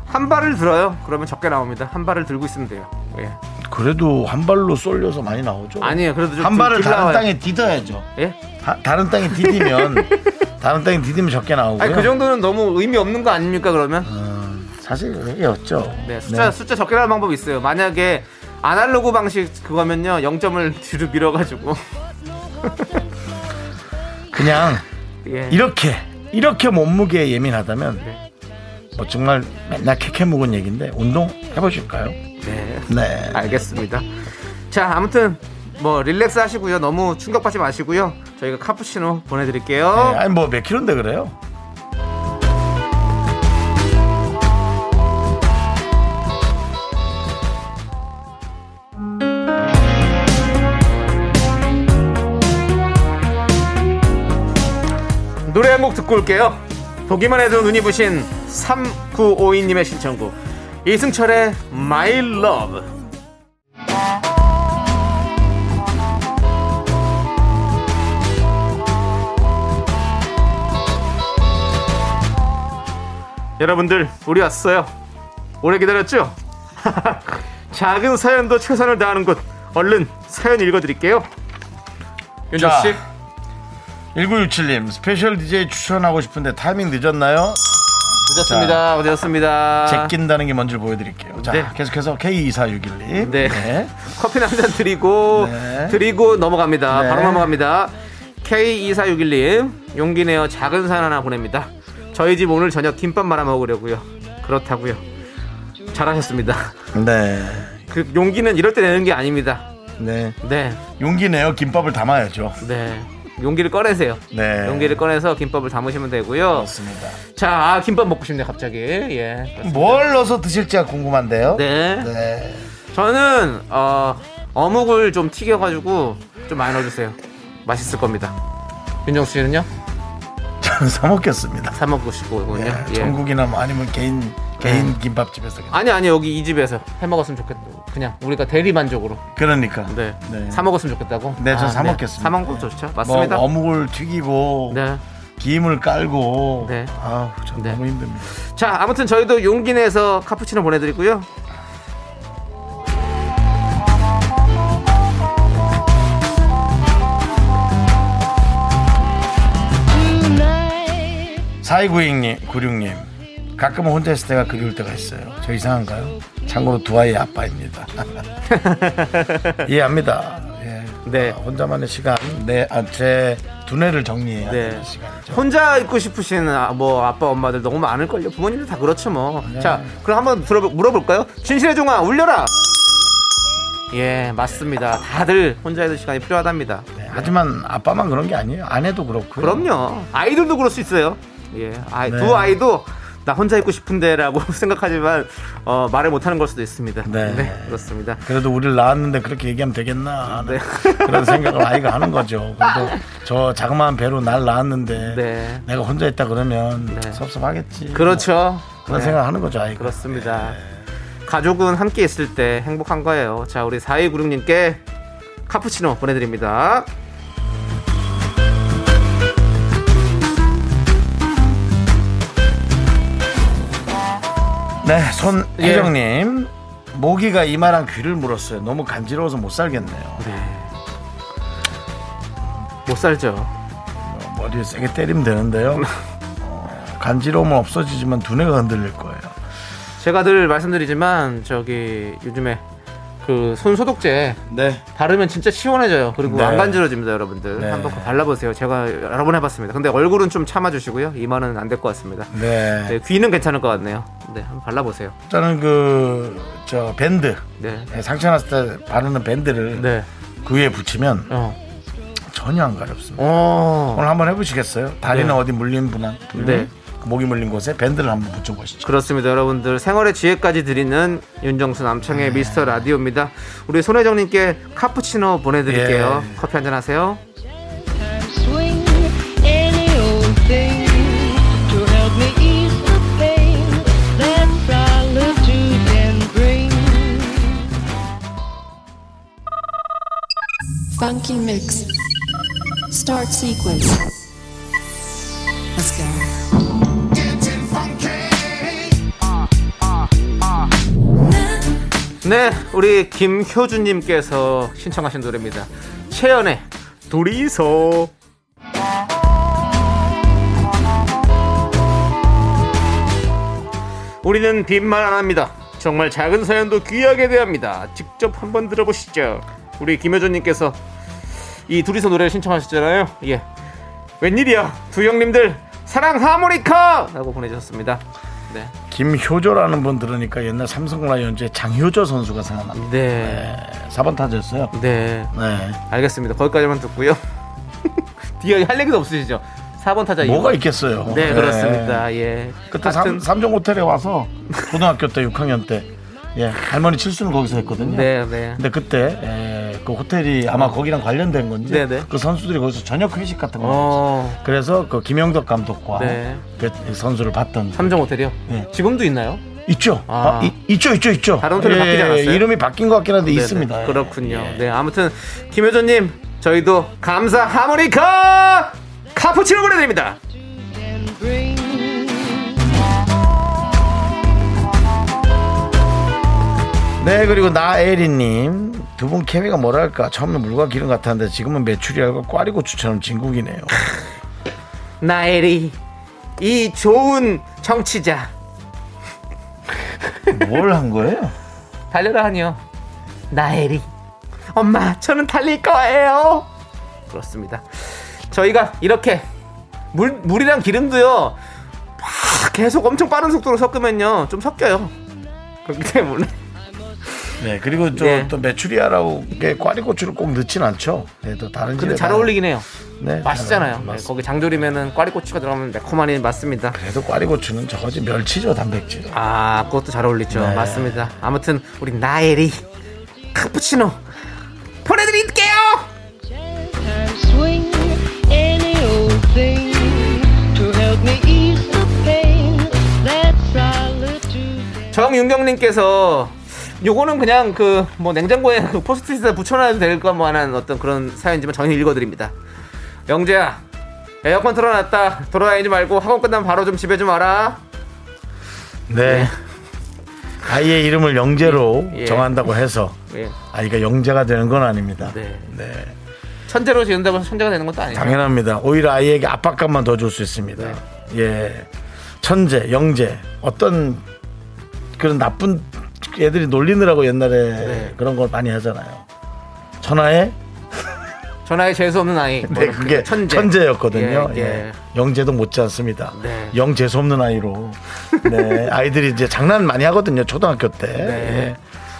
[SPEAKER 2] 한 발을 들어요. 그러면 적게 나옵니다. 한 발을 들고 있으면 돼요. 예.
[SPEAKER 1] 그래도 한 발로 쏠려서 많이 나오죠.
[SPEAKER 2] 아니에요. 그래도 좀
[SPEAKER 1] 한 발을
[SPEAKER 2] 길
[SPEAKER 1] 다른
[SPEAKER 2] 나와요.
[SPEAKER 1] 땅에 디뎌야죠.
[SPEAKER 2] 예?
[SPEAKER 1] 다- 다른 땅에 디디면
[SPEAKER 2] <laughs>
[SPEAKER 1] 다른 땅에 디디면 적게 나오고요.
[SPEAKER 2] 아니 그 정도는 너무 의미 없는 거 아닙니까 그러면?
[SPEAKER 1] 사실 그게 없죠.
[SPEAKER 2] 네, 숫자 숫자 적게 하는 방법이 있어요. 만약에 아날로그 방식 그거면요 0점을 <laughs> 뒤로 밀어가지고
[SPEAKER 1] 네. 그냥
[SPEAKER 2] 예.
[SPEAKER 1] 이렇게 이렇게 몸무게에 예민하다면
[SPEAKER 2] 네.
[SPEAKER 1] 뭐 정말 맨날 캐캐 묵은 얘기인데 운동 해보실까요?
[SPEAKER 2] 네,
[SPEAKER 1] 네.
[SPEAKER 2] 알겠습니다. 자, 아무튼 뭐 릴렉스 하시고요. 너무 충격받지 마시고요. 저희가 카푸치노
[SPEAKER 1] 네,
[SPEAKER 2] 보내드릴게요.
[SPEAKER 1] 아니 뭐 몇 킬로인데 그래요?
[SPEAKER 2] 노래 한 곡 듣고 올게요. 보기만 해도 눈이 부신 3952님의 신청곡. 이승철의 My Love. 여러분들, 우리 왔어요. 오래 기다렸죠? <laughs> 작은 사연도 최선을 다하는 곳. 얼른 사연 읽어드릴게요. 윤정
[SPEAKER 1] 자,
[SPEAKER 2] 씨.
[SPEAKER 1] 1967님 스페셜 DJ 추천하고 싶은데 타이밍 늦었나요?
[SPEAKER 2] 늦었습니다. 늦었습니다.
[SPEAKER 1] 제낀다는 게 뭔지 보여드릴게요. 자
[SPEAKER 2] 아. 네.
[SPEAKER 1] 계속해서 K24612
[SPEAKER 2] 네. 커피는 한잔 드리고
[SPEAKER 1] 네.
[SPEAKER 2] 드리고 넘어갑니다.
[SPEAKER 1] 네.
[SPEAKER 2] 바로 넘어갑니다. K2461님 용기 내어 작은 산 하나 보냅니다. 저희 집 오늘 저녁 김밥 말아 먹으려고요. 그렇다고요. 잘하셨습니다.
[SPEAKER 1] 네.
[SPEAKER 2] 그 용기는 이럴 때 내는 게 아닙니다.
[SPEAKER 1] 네.
[SPEAKER 2] 네,
[SPEAKER 1] 용기 내요 김밥을 담아야죠.
[SPEAKER 2] 네. 용기를 꺼내세요.
[SPEAKER 1] 네.
[SPEAKER 2] 용기를 꺼내서 김밥을 담으시면 되고요.
[SPEAKER 1] 그렇습니다.
[SPEAKER 2] 자, 아, 김밥 먹고 싶네 요 갑자기. 예. 그렇습니다.
[SPEAKER 1] 뭘 넣어서 드실지가 궁금한데요.
[SPEAKER 2] 네.
[SPEAKER 1] 네.
[SPEAKER 2] 저는 어, 어묵을 좀 튀겨가지고 좀 많이 넣어주세요. 맛있을 겁니다. 윤정수 씨는요?
[SPEAKER 1] 저는 사 먹겠습니다.
[SPEAKER 2] 사 먹으시고군요. 예. 네.
[SPEAKER 1] 전국이나 뭐 아니면 개인 개인 김밥집에서
[SPEAKER 2] 아니 아니 여기 이 집에서 해 먹었으면 좋겠다. 그냥 우리가 대리 만족으로.
[SPEAKER 1] 그러니까
[SPEAKER 2] 네.
[SPEAKER 1] 네.
[SPEAKER 2] 사 먹었으면 좋겠다고. 아,
[SPEAKER 1] 네, 저사 먹겠습니다.
[SPEAKER 2] 사 먹는 거 좋죠. 맞습니다.
[SPEAKER 1] 뭐 어묵을 튀기고
[SPEAKER 2] 네.
[SPEAKER 1] 김을 깔고
[SPEAKER 2] 네.
[SPEAKER 1] 아우 참
[SPEAKER 2] 네.
[SPEAKER 1] 너무 힘듭니다.
[SPEAKER 2] 자, 아무튼 저희도 용기 내서 카푸치노 보내드리고요.
[SPEAKER 6] Tonight,
[SPEAKER 1] 4296님, 96님. 가끔은 혼자 있을 때가 그리울 때가 있어요. 저 이상한가요? 참고로 두 아이의 아빠입니다. <laughs> 이해합니다. 예.
[SPEAKER 2] 네.
[SPEAKER 1] 아, 혼자만의 시간, 내, 아, 제 두뇌를 정리해야
[SPEAKER 2] 네.
[SPEAKER 1] 되는 시간이죠.
[SPEAKER 2] 혼자 있고 싶으신 아, 뭐 아빠 엄마들 너무 많을걸요. 부모님들 다 그렇죠 뭐.
[SPEAKER 1] 네.
[SPEAKER 2] 자, 그럼 한번 들어 물어볼까요? 진실의 종아 울려라. 예, 맞습니다. 다들 혼자 있는 시간이 필요하답니다.
[SPEAKER 1] 네, 하지만 아빠만 그런 게 아니에요. 아내도 그렇고요.
[SPEAKER 2] 그럼요. 아이들도 그럴 수 있어요. 예, 아이,
[SPEAKER 1] 네.
[SPEAKER 2] 두 아이도 나 혼자 있고 싶은데라고 <laughs> 생각하지만 어, 말을 못하는 걸 수도 있습니다.
[SPEAKER 1] 네.
[SPEAKER 2] 그렇습니다.
[SPEAKER 1] 그래도 우리를 낳았는데 그렇게 얘기하면 되겠나 하는
[SPEAKER 2] 네.
[SPEAKER 1] <laughs> 그런 생각을 아이가 하는 거죠. 그래도 저 자그마한 배로 날 낳았는데
[SPEAKER 2] 네.
[SPEAKER 1] 내가 혼자 있다 그러면
[SPEAKER 2] 네.
[SPEAKER 1] 섭섭하겠지.
[SPEAKER 2] 그렇죠.
[SPEAKER 1] 그런
[SPEAKER 2] 네,
[SPEAKER 1] 생각하는 네. 거죠, 아이가.
[SPEAKER 2] 그렇습니다. 가족은 함께 있을 때 행복한 거예요. 자, 우리 4296님께 카푸치노 보내드립니다.
[SPEAKER 1] 네, 손혜정님 모기가 이마랑 귀를 물었어요. 너무 간지러워서 못 살겠네요.
[SPEAKER 2] 못 살죠.
[SPEAKER 1] 어, 머리에 세게 때리면 <laughs> 되는데요. 어, 간지러움은 없어지지만 두뇌가 흔들릴 거예요.
[SPEAKER 2] 제가 늘 말씀드리지만 저기 요즘에 그 손소독제
[SPEAKER 1] 네,
[SPEAKER 2] 바르면 진짜 시원해져요. 그리고
[SPEAKER 1] 네.
[SPEAKER 2] 안 간지러집니다, 여러분들.
[SPEAKER 1] 네.
[SPEAKER 2] 한번 꼭 발라보세요. 제가 여러 번 해봤습니다. 근데 얼굴은 좀 참아주시고요. 이마는 안 될 것 같습니다.
[SPEAKER 1] 네.
[SPEAKER 2] 네, 귀는 괜찮을 것 같네요. 네, 한번 발라보세요.
[SPEAKER 1] 저는 그 저 밴드
[SPEAKER 2] 네,
[SPEAKER 1] 네, 상처 났을 때 바르는 밴드를
[SPEAKER 2] 네,
[SPEAKER 1] 그 위에 붙이면
[SPEAKER 2] 어,
[SPEAKER 1] 전혀 안 가렵습니다.
[SPEAKER 2] 어,
[SPEAKER 1] 오늘 한번 해보시겠어요? 다리는
[SPEAKER 2] 네.
[SPEAKER 1] 어디 물린 분한
[SPEAKER 2] 네.
[SPEAKER 1] 목이 물린 곳에 밴드를 한번 붙여보시죠.
[SPEAKER 2] 그렇습니다, 여러분들. 생활의 지혜까지 드리는 윤정수
[SPEAKER 1] 네.
[SPEAKER 2] 남창의 미스터 라디오입니다. 우리 손혜정님께 카푸치노 보내드릴게요.
[SPEAKER 1] 예.
[SPEAKER 2] 커피 한잔 하세요.
[SPEAKER 6] time swing any old thing to help me ease the pain that our love to then bring.
[SPEAKER 7] Funky mix. Start sequence. Let's go.
[SPEAKER 2] 네, 우리 김효준님께서 신청하신 노래입니다. 채연의 둘이서. 우리는 빈말 안 합니다. 정말 작은 사연도 귀하게 대합니다. 직접 한번 들어보시죠. 우리 김효준님께서 이 둘이서 노래를 신청하셨잖아요. 예. 웬일이야, 두 형님들 사랑 하모니카라고 보내주셨습니다. 네.
[SPEAKER 1] 김효조라는 분 들으니까 옛날 삼성 라이온즈의 장효조 선수가 생각납니다.
[SPEAKER 2] 네.
[SPEAKER 1] 4번 타자였어요.
[SPEAKER 2] 네.
[SPEAKER 1] 네.
[SPEAKER 2] 알겠습니다. 거기까지만 듣고요. <laughs> 뒤에 할 얘기도 없으시죠? 4번 타자 이거.
[SPEAKER 1] 뭐가 있겠어요. 네.
[SPEAKER 2] 네, 그렇습니다. 예.
[SPEAKER 1] 그때
[SPEAKER 2] 네, 같은-
[SPEAKER 1] 삼, 삼종 호텔에 와서 고등학교 때 6학년 때 예, 할머니 칠순을 거기서 했거든요.
[SPEAKER 2] 네, 네.
[SPEAKER 1] 근데 그때 에, 그 호텔이 아마 거기랑 관련된 건지
[SPEAKER 2] 네, 네.
[SPEAKER 1] 그 선수들이 거기서 저녁 회식 같은 거
[SPEAKER 2] 어.
[SPEAKER 1] 했어요. 그래서 그 김영덕 감독과
[SPEAKER 2] 네.
[SPEAKER 1] 그 선수를 봤던
[SPEAKER 2] 삼정 호텔이요?
[SPEAKER 1] 네.
[SPEAKER 2] 지금도 있나요?
[SPEAKER 1] 있죠.
[SPEAKER 2] 아.
[SPEAKER 1] 아, 이- 있죠, 있죠, 있죠.
[SPEAKER 2] 다른 호텔로 바뀌지 않았어요?
[SPEAKER 1] 이름이 바뀐 것 같긴 한데 있습니다.
[SPEAKER 2] 네네,
[SPEAKER 1] 예.
[SPEAKER 2] 그렇군요. 네, 아무튼 김효준님 저희도 감사 하모니카 카푸치노 보내드립니다.
[SPEAKER 1] 네 그리고 나에리님 두 분 케미가 뭐랄까 처음에 물과 기름 같았는데 지금은 메추리알과 꽈리고추처럼 진국이네요.
[SPEAKER 2] 나엘이 이 좋은 청취자
[SPEAKER 1] 뭘 한 거예요?
[SPEAKER 2] 달려라 하니요. 나엘이 엄마 저는 달릴 거예요. 그렇습니다. 저희가 이렇게 물 물이랑 기름도요 막 계속 엄청 빠른 속도로 섞으면요 좀 섞여요. 그렇기 때문에
[SPEAKER 1] 네 그리고 저
[SPEAKER 2] 네.
[SPEAKER 1] 또 메추리알하고 이게 꽈리고추를 꼭 넣진 않죠. 네, 또 다른 집에
[SPEAKER 2] 근데 잘
[SPEAKER 1] 다-
[SPEAKER 2] 어울리긴 해요.
[SPEAKER 1] 네,
[SPEAKER 2] 맛있잖아요.
[SPEAKER 1] 잘
[SPEAKER 2] 네,
[SPEAKER 1] 어울리-
[SPEAKER 2] 거기 장조림에는 꽈리고추가 들어가면 매콤하니 맞습니다.
[SPEAKER 1] 그래도 꽈리고추는 저거지 멸치죠 단백질.
[SPEAKER 2] 아, 그것도 잘 어울리죠.
[SPEAKER 1] 네.
[SPEAKER 2] 맞습니다. 아무튼 우리 나엘이 카푸치노 보내드릴게요.
[SPEAKER 6] Sometimes swing any old thing to help me ease the pain that solitude.
[SPEAKER 2] 정윤경님께서 요거는 그냥 그 뭐 냉장고에 그 포스트잇에 붙여놔도 될 것만한 어떤 그런 사연이지만 저는 읽어드립니다. 영재야, 에어컨 틀어놨다. 돌아다니지 말고 학원 끝나면 바로 좀 집에 좀 와라.
[SPEAKER 1] 네. 아이의 이름을 영재로
[SPEAKER 2] 예.
[SPEAKER 1] 정한다고 해서
[SPEAKER 2] 예,
[SPEAKER 1] 아이가 영재가 되는 건 아닙니다.
[SPEAKER 2] 네.
[SPEAKER 1] 네.
[SPEAKER 2] 천재로 지은다고 해서 천재가 되는 것도 아니죠.
[SPEAKER 1] 당연합니다. 오히려 아이에게 압박감만 더 줄 수 있습니다.
[SPEAKER 2] 네.
[SPEAKER 1] 예. 천재, 영재, 어떤 그런 나쁜 애들이 놀리느라고 옛날에
[SPEAKER 2] 네.
[SPEAKER 1] 그런 걸 많이 하잖아요. 천하에
[SPEAKER 2] 전화에 재수 없는 아이.
[SPEAKER 1] 네, 그게
[SPEAKER 2] 천재.
[SPEAKER 1] 천재. 였거든요
[SPEAKER 2] 예, 예.
[SPEAKER 1] 영재도 못지않습니다.
[SPEAKER 2] 네.
[SPEAKER 1] 영 재수 없는 아이로
[SPEAKER 2] <laughs>
[SPEAKER 1] 네, 아이들이 이제 장난 많이 하거든요. 초등학교 때.
[SPEAKER 2] 네.
[SPEAKER 1] 예.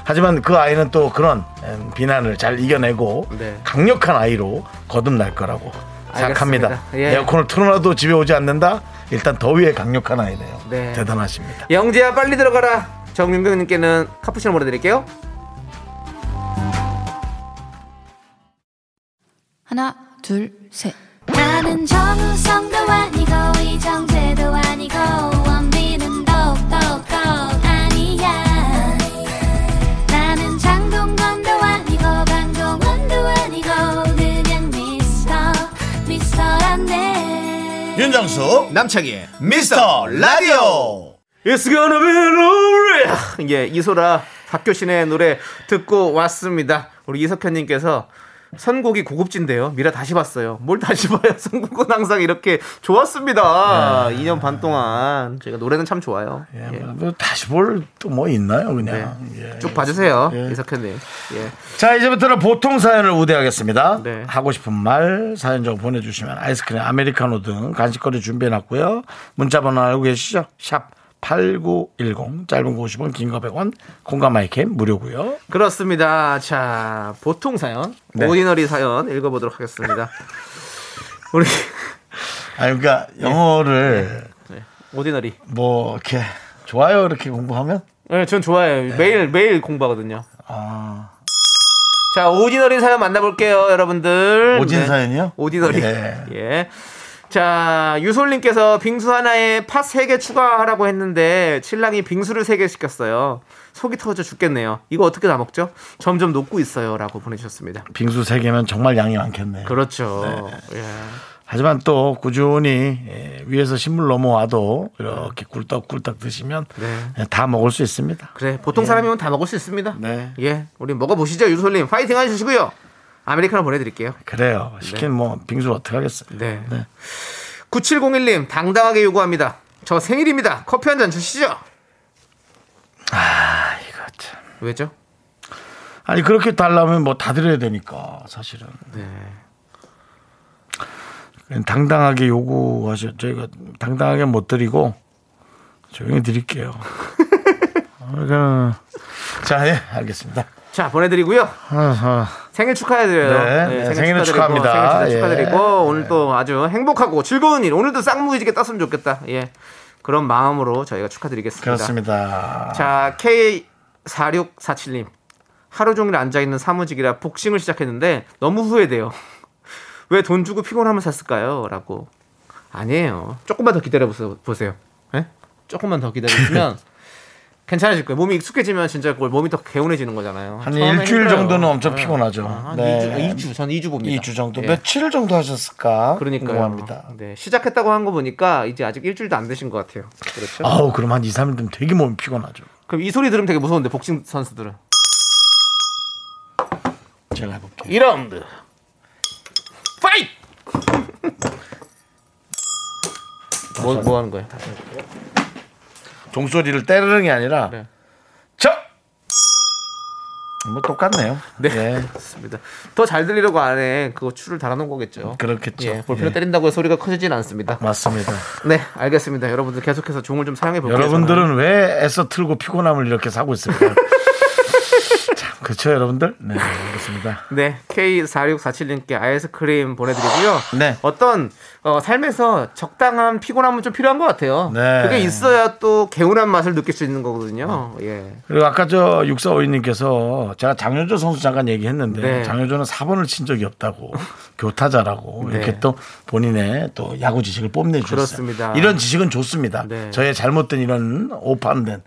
[SPEAKER 1] 하지만 그 아이는 또 그런 음, 비난을 잘 이겨내고
[SPEAKER 2] 네.
[SPEAKER 1] 강력한 아이로 거듭날 거라고 생각합니다.
[SPEAKER 2] 알겠습니다. 예.
[SPEAKER 1] 에어컨을 틀어놔도 집에 오지 않는다. 일단 더위에 강력한 아이네요.
[SPEAKER 2] 네.
[SPEAKER 1] 대단하십니다.
[SPEAKER 2] 영재야 빨리 들어가라. 정윤경님께는 카푸치노 보내드릴게요.
[SPEAKER 7] 하나, 둘, 셋.
[SPEAKER 3] 나는 정우성도 아니고 이정재도 아니고 원빈은 더욱더 아니야 나는 장동건도 아니고 강동원도 아니고 그냥 미스터 미스터란데
[SPEAKER 5] 윤정수 남창희 미스터 라디오
[SPEAKER 2] It's gonna be a 예, 이소라 박교신의 노래 듣고 왔습니다. 우리 이석현님께서 선곡이 고급진데요. 미라 다시 봤어요. 뭘 다시 봐요? <laughs> 선곡은 항상 이렇게 좋았습니다. 2년 반 동안 제가 노래는 참 좋아요.
[SPEAKER 1] 예,
[SPEAKER 2] 네. 예. 네.
[SPEAKER 1] 뭐뭐 다시 볼 또 뭐 있나요, 그냥. 예.
[SPEAKER 2] 쭉 봐주세요,
[SPEAKER 1] 예.
[SPEAKER 2] 이석현님. 예.
[SPEAKER 1] 자 이제부터는 보통 사연을 우대하겠습니다.
[SPEAKER 2] 네.
[SPEAKER 1] 하고 싶은 말 사연 좀 보내주시면 아이스크림 아메리카노 등 간식거리 준비해놨고요. 문자번호 알고 계시죠? 샵 8910 짧은 거 50원 긴 거 100원 공감 마이캠 무료고요.
[SPEAKER 2] 그렇습니다. 자, 보통 사연,
[SPEAKER 1] 네.
[SPEAKER 2] 오디너리 사연 읽어보도록 <laughs> 하겠습니다. 우리
[SPEAKER 1] 아 그러니까 영어를
[SPEAKER 2] 네, 오디너리.
[SPEAKER 1] 뭐 이렇게 좋아요 이렇게 공부하면
[SPEAKER 2] 네, 전 좋아해요. 매일 매일 공부하거든요.
[SPEAKER 1] 아
[SPEAKER 2] 자, 오디너리 사연 만나볼게요, 여러분들.
[SPEAKER 1] 오진
[SPEAKER 2] 네.
[SPEAKER 1] 사연이요?
[SPEAKER 2] 오디너리.
[SPEAKER 1] 예.
[SPEAKER 2] 예. 자, 유솔님께서 빙수 하나에 팥 3개 추가하라고 했는데, 신랑이 빙수를 3개 시켰어요. 속이 터져 죽겠네요. 이거 어떻게 다 먹죠? 점점 녹고 있어요. 라고 보내주셨습니다.
[SPEAKER 1] 빙수 세 개면 정말 양이 많겠네요.
[SPEAKER 2] 그렇죠.
[SPEAKER 1] 네.
[SPEAKER 2] 예.
[SPEAKER 1] 하지만 또 꾸준히 예, 위에서 신물 넘어와도 이렇게 꿀떡꿀떡 드시면
[SPEAKER 2] 네.
[SPEAKER 1] 예, 다 먹을 수 있습니다.
[SPEAKER 2] 그래 보통 사람이면 다 먹을 수 있습니다.
[SPEAKER 1] 예. 네.
[SPEAKER 2] 예, 우리 먹어보시죠 유솔님 파이팅 하시고요. 아메리카노 보내드릴게요.
[SPEAKER 1] 그래요. 시킨 뭐 빙수 어떻게 하겠어요?
[SPEAKER 2] 네. 9701님 당당하게 요구합니다. 저 생일입니다. 커피 한 잔 주시죠.
[SPEAKER 1] 이거 참.
[SPEAKER 2] 왜죠?
[SPEAKER 1] 아니 그렇게 달라면 뭐 다 드려야 되니까 사실은
[SPEAKER 2] 네.
[SPEAKER 1] 그냥 당당하게 요구하셔. 저희가 당당하게 못 드리고 조용히
[SPEAKER 2] <laughs>
[SPEAKER 1] 드릴게요. 아, 그냥. 자, 예, 알겠습니다.
[SPEAKER 2] 자 보내드리고요.
[SPEAKER 1] 아, 아.
[SPEAKER 2] 생일 축하해드려요.
[SPEAKER 1] 네, 네, 생일을
[SPEAKER 2] 축하드리고,
[SPEAKER 1] 축하합니다.
[SPEAKER 2] 생일 축하- 축하드리고
[SPEAKER 1] 예.
[SPEAKER 2] 오늘 또 아주 행복하고 즐거운 일 오늘도 쌍무지게 땄으면 좋겠다. 예 그런 마음으로 저희가 축하드리겠습니다.
[SPEAKER 1] 그렇습니다.
[SPEAKER 2] 자 K 4647님. 하루 종일 앉아있는 사무직이라 복싱을 시작했는데 너무 후회돼요. <laughs> 왜 돈 주고 피곤하면 샀을까요? 라고. 아니에요. 조금만 더 기다려보세요. 예? 조금만
[SPEAKER 1] <laughs>
[SPEAKER 2] 더 기다리시면 괜찮아질 거예요. 몸이 익숙해지면 진짜 그걸 몸이 더 개운해지는 거잖아요.
[SPEAKER 1] 한
[SPEAKER 2] 처음엔
[SPEAKER 1] 일주일
[SPEAKER 2] 힘들어요.
[SPEAKER 1] 정도는 엄청
[SPEAKER 2] 예.
[SPEAKER 1] 피곤하죠.
[SPEAKER 2] 아, 한
[SPEAKER 1] 네.
[SPEAKER 2] 2주, 2주, 저는 2주 봅니다.
[SPEAKER 1] 2주 정도
[SPEAKER 2] 예.
[SPEAKER 1] 며칠 정도 하셨을까
[SPEAKER 2] 그러니까요.
[SPEAKER 1] 궁금합니다.
[SPEAKER 2] 네, 시작했다고 한 거 보니까 이제 아직 일주일도 안 되신 것 같아요. 그렇죠?
[SPEAKER 1] 아우 그럼 한 2, 3일 되면 되게 몸이 피곤하죠.
[SPEAKER 2] 그럼 이 소리 들으면 되게 무서운데 복싱 선수들은
[SPEAKER 1] 제가 해볼게요.
[SPEAKER 2] 2라운드 파이트! 뭐, 뭐 하는 거예요?
[SPEAKER 1] 종소리를 때르는 게 아니라
[SPEAKER 2] 네.
[SPEAKER 1] 저! 뭐 똑같네요.
[SPEAKER 2] 네.
[SPEAKER 1] 예,
[SPEAKER 2] 맞습니다. 더 잘 들리려고 안에 그거 추를 달아놓은 거겠죠.
[SPEAKER 1] 그렇겠죠.
[SPEAKER 2] 예, 볼펜을
[SPEAKER 1] 예.
[SPEAKER 2] 때린다고 소리가 커지진 않습니다.
[SPEAKER 1] 맞습니다.
[SPEAKER 2] 네, 알겠습니다. 여러분들 계속해서 종을 좀 사용해 볼게요.
[SPEAKER 1] 여러분들은 왜 애써 틀고 피곤함을 이렇게 사고 있을까요? <laughs> 참 그렇죠 여러분들? 네 알겠습니다.
[SPEAKER 2] 네, K4647님께 아이스크림 보내드리고요.
[SPEAKER 1] 네.
[SPEAKER 2] 어떤 어, 삶에서 적당한 피곤함은 좀 필요한 것 같아요.
[SPEAKER 1] 네.
[SPEAKER 2] 그게 있어야 또 개운한 맛을 느낄 수 있는 거거든요. 예.
[SPEAKER 1] 그리고 아까 저 육사오이님께서 제가 장효조 선수 잠깐 얘기했는데
[SPEAKER 2] 네.
[SPEAKER 1] 장효조는 4번을 친 적이
[SPEAKER 2] <laughs>
[SPEAKER 1] 없다고 교타자라고
[SPEAKER 2] 네.
[SPEAKER 1] 이렇게 또 본인의 또 야구 지식을 뽐내주셨어요.
[SPEAKER 2] 그렇습니다.
[SPEAKER 1] 이런 지식은 좋습니다.
[SPEAKER 2] 네.
[SPEAKER 1] 저의 잘못된 이런 오판된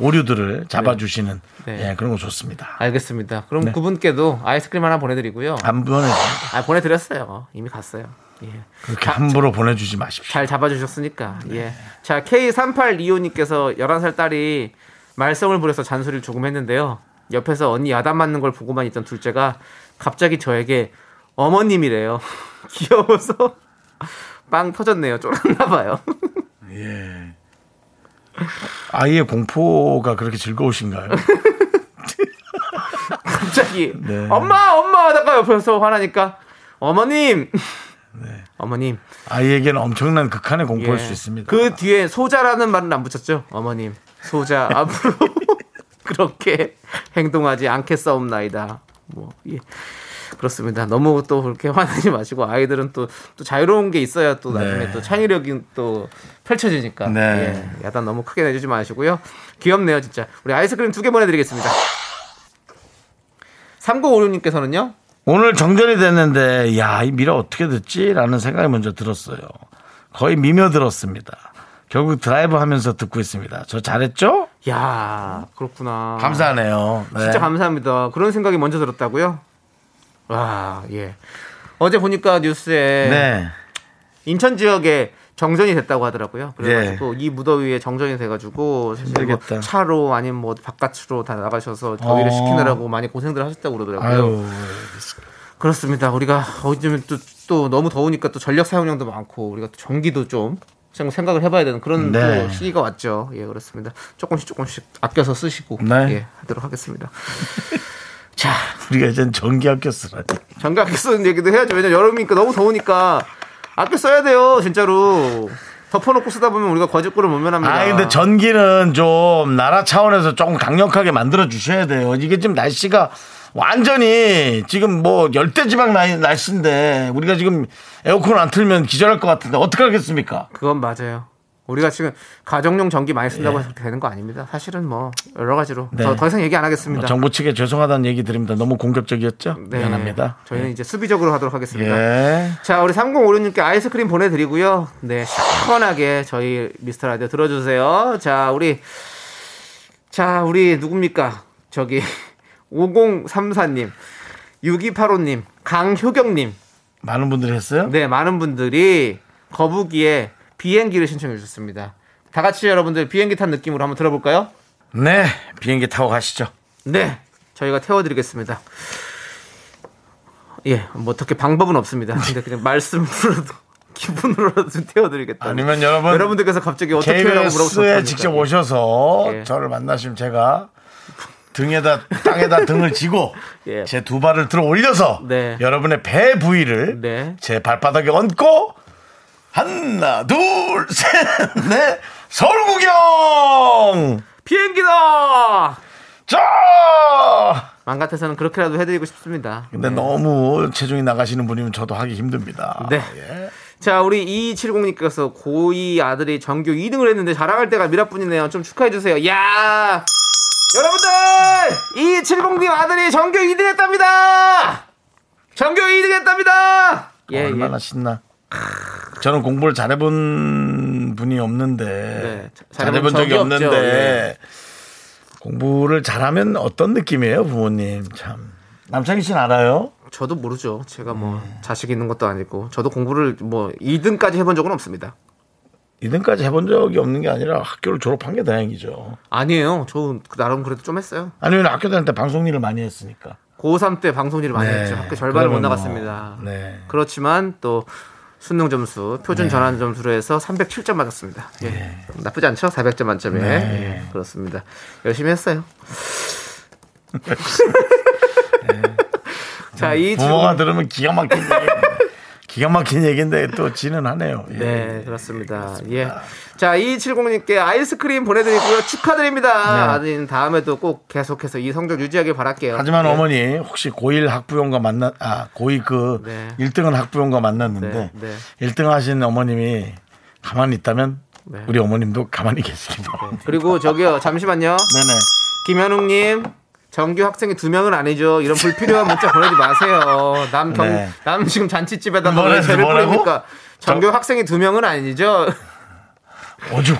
[SPEAKER 1] 오류들을 잡아주시는
[SPEAKER 2] 네.
[SPEAKER 1] 예, 그런 거 좋습니다.
[SPEAKER 2] 알겠습니다. 그럼
[SPEAKER 1] 네.
[SPEAKER 2] 그분께도 아이스크림 하나 보내드리고요.
[SPEAKER 1] 안 보내
[SPEAKER 2] 아, 보내드렸어요. 이미 갔어요. 예.
[SPEAKER 1] 그렇게 함부로 보내주지 마십시오.
[SPEAKER 2] 잘 잡아주셨으니까. 예. 자, K3825님께서 11살 딸이 말썽을 부려서 잔소리를 조금 했는데요. 옆에서 언니 야단 맞는 걸 보고만 있던 둘째가 갑자기 저에게 어머님이래요. <laughs> 귀여워서 <laughs> 빵 터졌네요. 쫄았나봐요. <laughs>
[SPEAKER 1] 아이의 공포가 그렇게
[SPEAKER 2] <laughs>
[SPEAKER 1] 즐거우신가요?
[SPEAKER 2] 갑자기 엄마 엄마 하다가 옆에서 화나니까 어머님 <laughs> 어머님
[SPEAKER 1] 아이에게는 엄청난 극한의 공포일
[SPEAKER 2] 예.
[SPEAKER 1] 수 있습니다.
[SPEAKER 2] 그 뒤에 소자라는 말은 안 붙였죠. 어머님,
[SPEAKER 1] <laughs>
[SPEAKER 2] 소자 앞으로 <laughs> 그렇게 행동하지 않겠사옵나이다. 뭐 예. 그렇습니다. 너무 또 그렇게 화내지 마시고 아이들은 또, 또 자유로운 게 있어야 또 나중에
[SPEAKER 1] 네.
[SPEAKER 2] 또 창의력이 또 펼쳐지니까
[SPEAKER 1] 네.
[SPEAKER 2] 예. 야단 너무 크게 내주지 마시고요. 귀엽네요, 진짜. 우리 아이스크림 두 개 보내드리겠습니다. 3956님께서는요.
[SPEAKER 1] 오늘 정전이 됐는데 야 이 미라 어떻게 듣지라는 생각이 먼저 들었어요. 거의 미며 들었습니다. 결국 드라이브 하면서 듣고 있습니다. 저 잘했죠?
[SPEAKER 2] 야 그렇구나.
[SPEAKER 1] 감사하네요. 네.
[SPEAKER 2] 진짜 감사합니다. 그런 생각이 먼저 들었다고요? 와, 예. 어제 보니까 뉴스에
[SPEAKER 1] 네.
[SPEAKER 2] 인천 지역에 정전이 됐다고 하더라고요. 그래가지고 이 무더위에 정전이 돼가지고 사실 뭐
[SPEAKER 1] 예. 힘들겠다.
[SPEAKER 2] 차로 아니면 뭐 바깥으로 다 나가셔서 더위를
[SPEAKER 1] 어.
[SPEAKER 2] 식히느라고 많이 고생들 하셨다고 그러더라고요.
[SPEAKER 1] 아유.
[SPEAKER 2] 그렇습니다. 우리가 어쩌면 또, 또 너무 더우니까 또 전력 사용량도 많고 우리가 또 전기도 좀 생- 생각을 해봐야 되는 그런
[SPEAKER 1] 네.
[SPEAKER 2] 또 시기가 왔죠. 예, 그렇습니다. 조금씩 조금씩 아껴서 쓰시고
[SPEAKER 1] 네.
[SPEAKER 2] 예, 하도록 하겠습니다. <laughs> 자,
[SPEAKER 1] 우리가 이젠 전기 학교 쓰라니.
[SPEAKER 2] 장갑 아껴 쓰는 얘기도 해야죠. 왜냐면 여름이니까 너무 더우니까 아껴 써야 돼요. 진짜로. 덮어놓고 쓰다 보면 우리가 거짓골을 못 면합니다.
[SPEAKER 1] 아, 근데 전기는 좀 나라 차원에서 조금 강력하게 만들어 주셔야 돼요. 이게 지금 날씨가 완전히 지금 뭐 열대지방 날- 날씨인데 우리가 지금 에어컨 안 틀면 기절할 것 같은데 어떻게 하겠습니까?
[SPEAKER 2] 그건 맞아요. 우리가 지금 가정용 전기 많이 쓴다고 해서 되는 거 아닙니다. 사실은 뭐 여러 가지로
[SPEAKER 1] 예. 네.
[SPEAKER 2] 더, 더 이상 얘기 안 하겠습니다.
[SPEAKER 1] 아, 정부 측에 죄송하다는 얘기 드립니다. 너무 공격적이었죠?
[SPEAKER 2] 네.
[SPEAKER 1] 미안합니다.
[SPEAKER 2] 저희는 이제 수비적으로 하도록 하겠습니다.
[SPEAKER 1] 예.
[SPEAKER 2] 자, 우리 3056님께 아이스크림 보내드리고요. 네, 시원하게 저희 미스터 라디오 들어주세요. 자, 우리, 자, 우리 누굽니까? 저기, <laughs> 5034님, 6285님, 강효경님.
[SPEAKER 1] 많은 분들이 했어요?
[SPEAKER 2] 네, 많은 분들이 거북이의 비행기를 신청해 주셨습니다. 다 같이 여러분들 비행기 탄 느낌으로 한번 들어볼까요?
[SPEAKER 1] 네. 비행기 타고 가시죠.
[SPEAKER 2] 네, 저희가 태워드리겠습니다. 예, 뭐 어떻게 방법은 없습니다.
[SPEAKER 1] <laughs>
[SPEAKER 2] 근데 그냥 말씀으로도 기분으로라도 태워드리겠다.
[SPEAKER 1] 아니면 여러분,
[SPEAKER 2] 여러분들께서 갑자기 어떻게 하라고 물어보셨어요?
[SPEAKER 1] KBS에 직접 오셔서
[SPEAKER 2] 예.
[SPEAKER 1] 저를 만나시면 제가 등에다 땅에다 등을 지고
[SPEAKER 2] <laughs> 예.
[SPEAKER 1] 제 두 발을 들어 올려서
[SPEAKER 2] 네.
[SPEAKER 1] 여러분의 배 부위를
[SPEAKER 2] 네.
[SPEAKER 1] 제 발바닥에 얹고 하나 둘셋넷 서울 구경
[SPEAKER 2] 비행기다.
[SPEAKER 1] 저
[SPEAKER 2] 망 같아서는 그렇게라도 해드리고 싶습니다.
[SPEAKER 1] 근데 너무 체중이 나가시는 분이면 저도 하기 힘듭니다. 예.
[SPEAKER 2] 네. 자, 우리 2270님께서 고2 아들이 전교 2등을 했는데 자랑할 때가 미라뿐이네요. 좀 축하해주세요. 야 여러분들! 이 70님 아들이 전교 2등 했답니다! 전교 2등 했답니다! 예,
[SPEAKER 1] 어, 얼마나
[SPEAKER 2] 예.
[SPEAKER 1] 신나. 저는 공부를 잘해본 분이 없는데
[SPEAKER 2] 자-
[SPEAKER 1] 잘해본 적이
[SPEAKER 2] 네. 적이 없죠. 예.
[SPEAKER 1] 없는데 공부를 잘하면 어떤 느낌이에요 부모님 참 남창희 씨는 알아요?
[SPEAKER 2] 저도 모르죠. 제가 뭐,
[SPEAKER 1] 음.
[SPEAKER 2] 자식 있는 것도 아니고, 저도 공부를 뭐, 2등까지 해본 적은 없습니다.
[SPEAKER 1] 2등까지 해본 적이 없는 게 아니라 학교를 졸업한 게 다행이죠.
[SPEAKER 2] 아니에요. 저 나름 그래도 좀 했어요.
[SPEAKER 1] 아니면 학교 다닐 때 방송 일을 많이 했으니까.
[SPEAKER 2] 고3 때 방송 일을 많이
[SPEAKER 1] 네,
[SPEAKER 2] 했죠. 그렇죠. 학교 절반을 못
[SPEAKER 1] 그러면 뭐,
[SPEAKER 2] 나갔습니다.
[SPEAKER 1] 네.
[SPEAKER 2] 그렇지만 또 수능 점수, 표준 전환 점수로 해서 307점 맞았습니다. 예. 나쁘지 않죠? 400점 만점에.
[SPEAKER 1] 네.
[SPEAKER 2] 예, 그렇습니다.
[SPEAKER 1] <laughs>
[SPEAKER 2] 열심히 했어요.
[SPEAKER 1] 네.
[SPEAKER 2] <laughs> 자, 이
[SPEAKER 1] 부모가 들으면 기가 막힌 얘기-
[SPEAKER 2] <laughs>
[SPEAKER 1] 기가 막힌 얘기인데 또 지는 하네요. 예.
[SPEAKER 2] 네, 그렇습니다. 예. 자, 2270님께 아이스크림 보내드리고요. 축하드립니다. 아드님 다음에도 꼭 계속해서 이 성적 유지하길 바랄게요.
[SPEAKER 1] 네. 하지만
[SPEAKER 2] 네.
[SPEAKER 1] 어머니 혹시 고1 학부형과 만나 아 고2 그
[SPEAKER 2] 네.
[SPEAKER 1] 1등은 학부형과 만났는데
[SPEAKER 2] 네, 네.
[SPEAKER 1] 1등 하신 어머님이 가만히 있다면
[SPEAKER 2] 네.
[SPEAKER 1] 우리 어머님도 가만히 계시기 바랍니다.
[SPEAKER 2] 그리고 저기요, 잠시만요.
[SPEAKER 1] 네네.
[SPEAKER 2] 김현웅님 정규 학생이 두 명은 아니죠. 이런 불필요한 문자 <laughs> 보내지 마세요. 남 경,
[SPEAKER 1] 네.
[SPEAKER 2] 남 지금 잔치집에다
[SPEAKER 1] 뭐라
[SPEAKER 2] 왜 죄를
[SPEAKER 1] 뭐라고?
[SPEAKER 2] 뿌립니까? 정규 학생이 두 명은 아니죠.
[SPEAKER 1] 오죽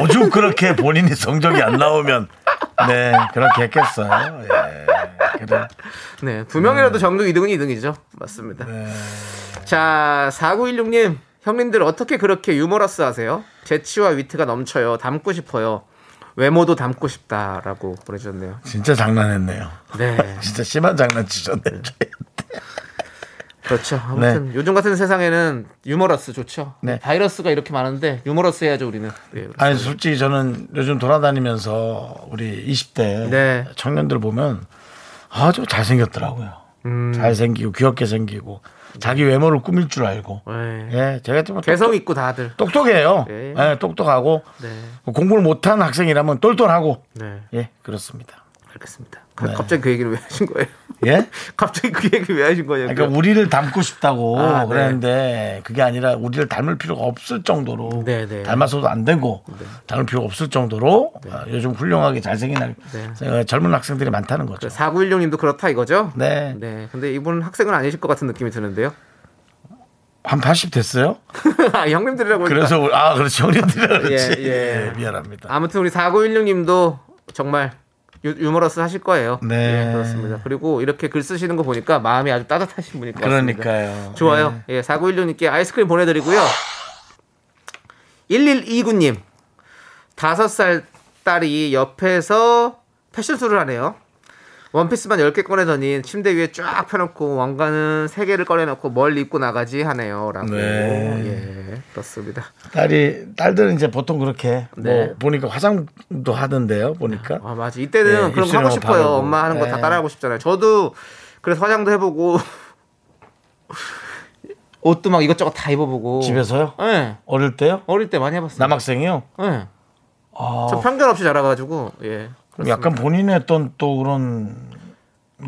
[SPEAKER 1] 오죽 그렇게 본인이 성적이 안 나오면 네 그렇게 했겠어요. 예. 그래.
[SPEAKER 2] 네, 두 명이라도 정규 2등은 2등이죠. 맞습니다.
[SPEAKER 1] 네.
[SPEAKER 2] 자, 4916님. 형님들 어떻게 그렇게 유머러스 하세요? 재치와 위트가 넘쳐요. 닮고 싶어요. 외모도 닮고 싶다라고 보내주셨네요.
[SPEAKER 1] 진짜 장난했네요.
[SPEAKER 2] 네.
[SPEAKER 1] <laughs> 진짜 심한 장난치셨네.
[SPEAKER 2] 그렇죠. 아무튼 요즘 같은 세상에는 유머러스 좋죠.
[SPEAKER 1] 네.
[SPEAKER 2] 바이러스가 이렇게 많은데 유머러스 해야죠 우리는. 네, 그렇습니다.
[SPEAKER 1] 아니 솔직히 저는 요즘 돌아다니면서 우리 20대
[SPEAKER 2] 네.
[SPEAKER 1] 청년들 보면 아주 잘생겼더라고요.
[SPEAKER 2] 음.
[SPEAKER 1] 잘생기고 귀엽게 생기고 자기 외모를 꾸밀 줄 알고.
[SPEAKER 2] 네.
[SPEAKER 1] 예, 제가 좀
[SPEAKER 2] 개성 있고 다들.
[SPEAKER 1] 똑똑해요.
[SPEAKER 2] 네.
[SPEAKER 1] 예, 똑똑하고
[SPEAKER 2] 네.
[SPEAKER 1] 공부를 못한 학생이라면 똘똘하고.
[SPEAKER 2] 네.
[SPEAKER 1] 예, 그렇습니다.
[SPEAKER 2] 알겠습니다. 가-
[SPEAKER 1] 네.
[SPEAKER 2] 갑자기 그 얘기를 왜 하신 거예요? <laughs>
[SPEAKER 1] 예?
[SPEAKER 2] 갑자기 그 얘기를 왜 하신 거예요?
[SPEAKER 1] 그러니까 우리를 닮고 싶다고
[SPEAKER 2] 아, 네.
[SPEAKER 1] 그랬는데 그게 아니라 우리를 닮을 필요가 없을 정도로
[SPEAKER 2] 네, 네.
[SPEAKER 1] 닮아서도 안 되고 닮을 필요가 없을 정도로 아, 요즘 훌륭하게 잘생긴 학-
[SPEAKER 2] 네.
[SPEAKER 1] 어, 젊은 학생들이 많다는 거죠.
[SPEAKER 2] 4916님도 그렇다 이거죠?
[SPEAKER 1] 네.
[SPEAKER 2] 네. 근데 이분 학생은 아니실 것 같은 느낌이 드는데요.
[SPEAKER 1] 한 80 됐어요?
[SPEAKER 2] <laughs> 아, 형님들이라고. 그러니까.
[SPEAKER 1] 그래서 우리- 아 그렇지 형님들이라 그렇지
[SPEAKER 2] 예, 예.
[SPEAKER 1] 예, 미안합니다.
[SPEAKER 2] 아무튼 우리 4916님도 정말 유, 머러스 하실 거예요.
[SPEAKER 1] 네.
[SPEAKER 2] 예, 그렇습니다. 그리고 이렇게 글 쓰시는 거 보니까 마음이 아주 따뜻하신 분일 것 같습니다.
[SPEAKER 1] 그러니까요. 네.
[SPEAKER 2] 좋아요. 예, 4916님께 아이스크림 보내드리고요. 1129님. 다섯 살 딸이 옆에서 패션쇼를 하네요. 원피스만 10개 꺼내더니 침대 위에 쫙 펴놓고 왕관은 3개를 꺼내놓고 뭘 입고 나가지 하네요. 라고.
[SPEAKER 1] 네.
[SPEAKER 2] 예, 그렇습니다.
[SPEAKER 1] 딸이 딸들은 이제 보통 그렇게
[SPEAKER 2] 네.
[SPEAKER 1] 뭐 보니까 화장도 하던데요 보니까
[SPEAKER 2] 아, 맞아. 이때는
[SPEAKER 1] 예,
[SPEAKER 2] 그런 거
[SPEAKER 1] 입술이랑
[SPEAKER 2] 하고 싶어요.
[SPEAKER 1] 바르고.
[SPEAKER 2] 엄마 하는 거 다
[SPEAKER 1] 예.
[SPEAKER 2] 따라하고 싶잖아요. 저도 그래서 화장도 해보고 <laughs> 옷도 막 이것저것 다 입어보고.
[SPEAKER 1] 집에서요
[SPEAKER 2] 예.
[SPEAKER 1] 어릴 때요
[SPEAKER 2] 어릴 때 많이 해봤어요.
[SPEAKER 1] 남학생이요
[SPEAKER 2] 예.
[SPEAKER 1] 아.
[SPEAKER 2] 저 편견 없이 자라가지고 예. 그렇습니다.
[SPEAKER 1] 약간 본인의 어떤 또 그런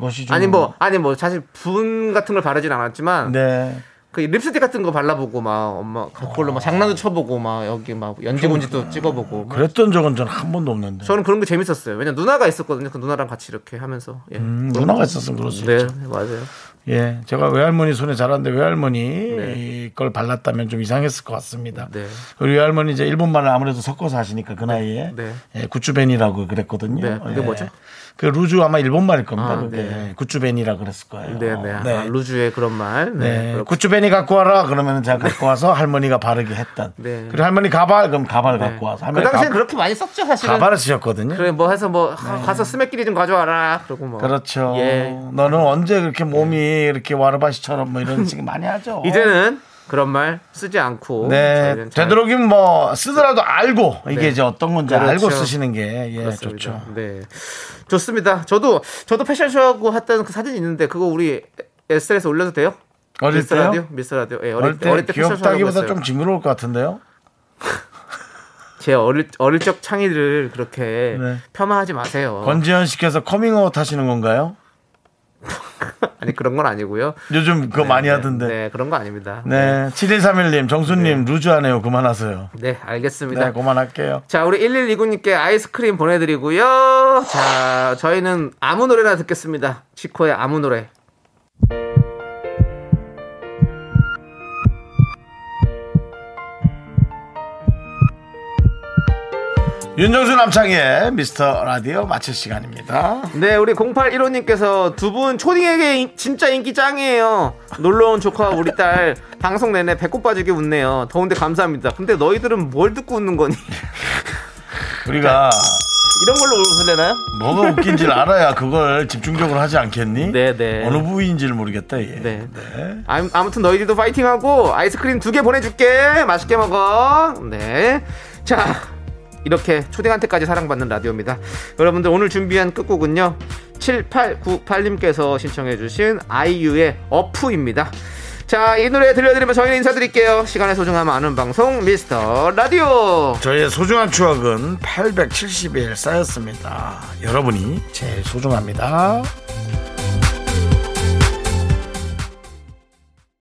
[SPEAKER 1] 것이 좀
[SPEAKER 2] 아니 뭐 아니 뭐 사실 분 같은 걸 바르진 않았지만
[SPEAKER 1] 네.
[SPEAKER 2] 그 립스틱 같은 거 발라보고 막 엄마 그걸로 막 장난도 쳐보고 막 여기 막 연지곤지도 찍어보고 막.
[SPEAKER 1] 그랬던 적은 전 한 번도 없는데.
[SPEAKER 2] 저는 그런 게 재밌었어요. 왜냐 면 누나가 있었거든요. 그 누나랑 같이 이렇게 하면서 예.
[SPEAKER 1] 음, 누나가 있었으면 그럴 수
[SPEAKER 2] 네
[SPEAKER 1] 있죠.
[SPEAKER 2] 맞아요.
[SPEAKER 1] 예, 제가 외할머니 손에 자랐는데 외할머니
[SPEAKER 2] 네.
[SPEAKER 1] 이걸 발랐다면 좀 이상했을 것 같습니다.
[SPEAKER 2] 네.
[SPEAKER 1] 우리 외할머니 이제 일본말을 아무래도 섞어서 하시니까 그 나이에
[SPEAKER 2] 네.
[SPEAKER 1] 예, 굿즈벤이라고 그랬거든요.
[SPEAKER 2] 네, 그게
[SPEAKER 1] 예.
[SPEAKER 2] 뭐죠?
[SPEAKER 1] 그 루즈 아마 일본말일 겁니다.
[SPEAKER 2] 아,
[SPEAKER 1] 그게
[SPEAKER 2] 네.
[SPEAKER 1] 예, 굿즈벤이라 그랬을 거예요.
[SPEAKER 2] 네네
[SPEAKER 1] 네.
[SPEAKER 2] 아, 루즈의 그런 말. 네.
[SPEAKER 1] 네,
[SPEAKER 2] 그렇고.
[SPEAKER 1] 굿즈벤이 갖고 와라 그러면 제가 갖고 와서 할머니가 바르게 했던.
[SPEAKER 2] 네.
[SPEAKER 1] 그리고 할머니 가발 그럼 가발 갖고 와서
[SPEAKER 2] 그
[SPEAKER 1] 할머니
[SPEAKER 2] 당시에
[SPEAKER 1] 가,
[SPEAKER 2] 그렇게 많이 썼죠 사실은.
[SPEAKER 1] 가발을 쓰셨거든요.
[SPEAKER 2] 그래 뭐 해서 뭐 하- 가서 스매끼리 좀 가져와라. 그러고 뭐.
[SPEAKER 1] 그렇죠.
[SPEAKER 2] 예.
[SPEAKER 1] 너는 언제 그렇게 몸이 이렇게 와르바시처럼 뭐
[SPEAKER 2] <laughs>
[SPEAKER 1] 이런 식이 많이 하죠.
[SPEAKER 2] 이제는 그런 말 쓰지 않고
[SPEAKER 1] 네
[SPEAKER 2] 저희는 잘-
[SPEAKER 1] 되도록이면 뭐 쓰더라도 알고 이게
[SPEAKER 2] 네.
[SPEAKER 1] 이제 어떤 건지
[SPEAKER 2] 그렇죠.
[SPEAKER 1] 알고 쓰시는 게 예,
[SPEAKER 2] 그렇습니다.
[SPEAKER 1] 좋죠.
[SPEAKER 2] 네. 좋습니다. 저도 저도 패션쇼하고 했던 그 사진 있는데 그거 우리 에스에서 올려도 돼요?
[SPEAKER 1] 어릴
[SPEAKER 2] 미스
[SPEAKER 1] 때요?
[SPEAKER 2] 라디오? 미스 라디오. 예,
[SPEAKER 1] 어릴 때,
[SPEAKER 2] 패션쇼 하고
[SPEAKER 1] 귀엽다기보다
[SPEAKER 2] 했어요.
[SPEAKER 1] 좀 징그러울 것 같은데요.
[SPEAKER 2] 제 어릴 어릴 적 창의를 그렇게
[SPEAKER 1] 네.
[SPEAKER 2] 폄하하지 마세요.
[SPEAKER 1] 권지현 씨께서 커밍아웃 하시는 건가요?
[SPEAKER 2] 아니 그런 건 아니고요.
[SPEAKER 1] 요즘 그거 많이
[SPEAKER 2] 네,
[SPEAKER 1] 하던데. 네.
[SPEAKER 2] 네, 그런 거 아닙니다.
[SPEAKER 1] 7131님, 정수님, 루즈하네요. 그만하세요.
[SPEAKER 2] 네, 알겠습니다.
[SPEAKER 1] 네, 그만할게요.
[SPEAKER 2] 자, 우리 1129님께 아이스크림 보내드리고요. 자, 저희는 아무 노래나 듣겠습니다. 치코의 아무 노래.
[SPEAKER 1] 윤정수 남창희의 미스터 라디오 마칠 시간입니다.
[SPEAKER 2] 네, 우리 0815님께서 두 분 초딩에게 인- 진짜 인기 짱이에요. 놀러 온 조카와 우리 딸 방송 내내 배꼽 빠지게 웃네요. 더운데 감사합니다. 근데 너희들은 뭘 듣고 웃는 거니?
[SPEAKER 1] 우리가
[SPEAKER 2] <laughs> 이런 걸로 웃으려나요?
[SPEAKER 1] 뭐가 웃긴지를 알아야 그걸 집중적으로 하지 않겠니?
[SPEAKER 2] 네, 네.
[SPEAKER 1] 어느 부위인지를 모르겠다, 얘.
[SPEAKER 2] 네. 아, 아무튼 너희들도 파이팅하고 아이스크림 두 개 보내줄게. 맛있게 먹어. 네. 자, 이렇게 초딩한테까지 사랑받는 라디오입니다. 여러분들 오늘 준비한 끝곡은요. 7898님께서 신청해주신 아이유의 어프입니다. 자, 이 노래 들려드리면 저희는 인사드릴게요. 시간의 소중함 아는 방송 미스터 라디오.
[SPEAKER 1] 저희의 소중한 추억은 870일 쌓였습니다. 여러분이 제일 소중합니다.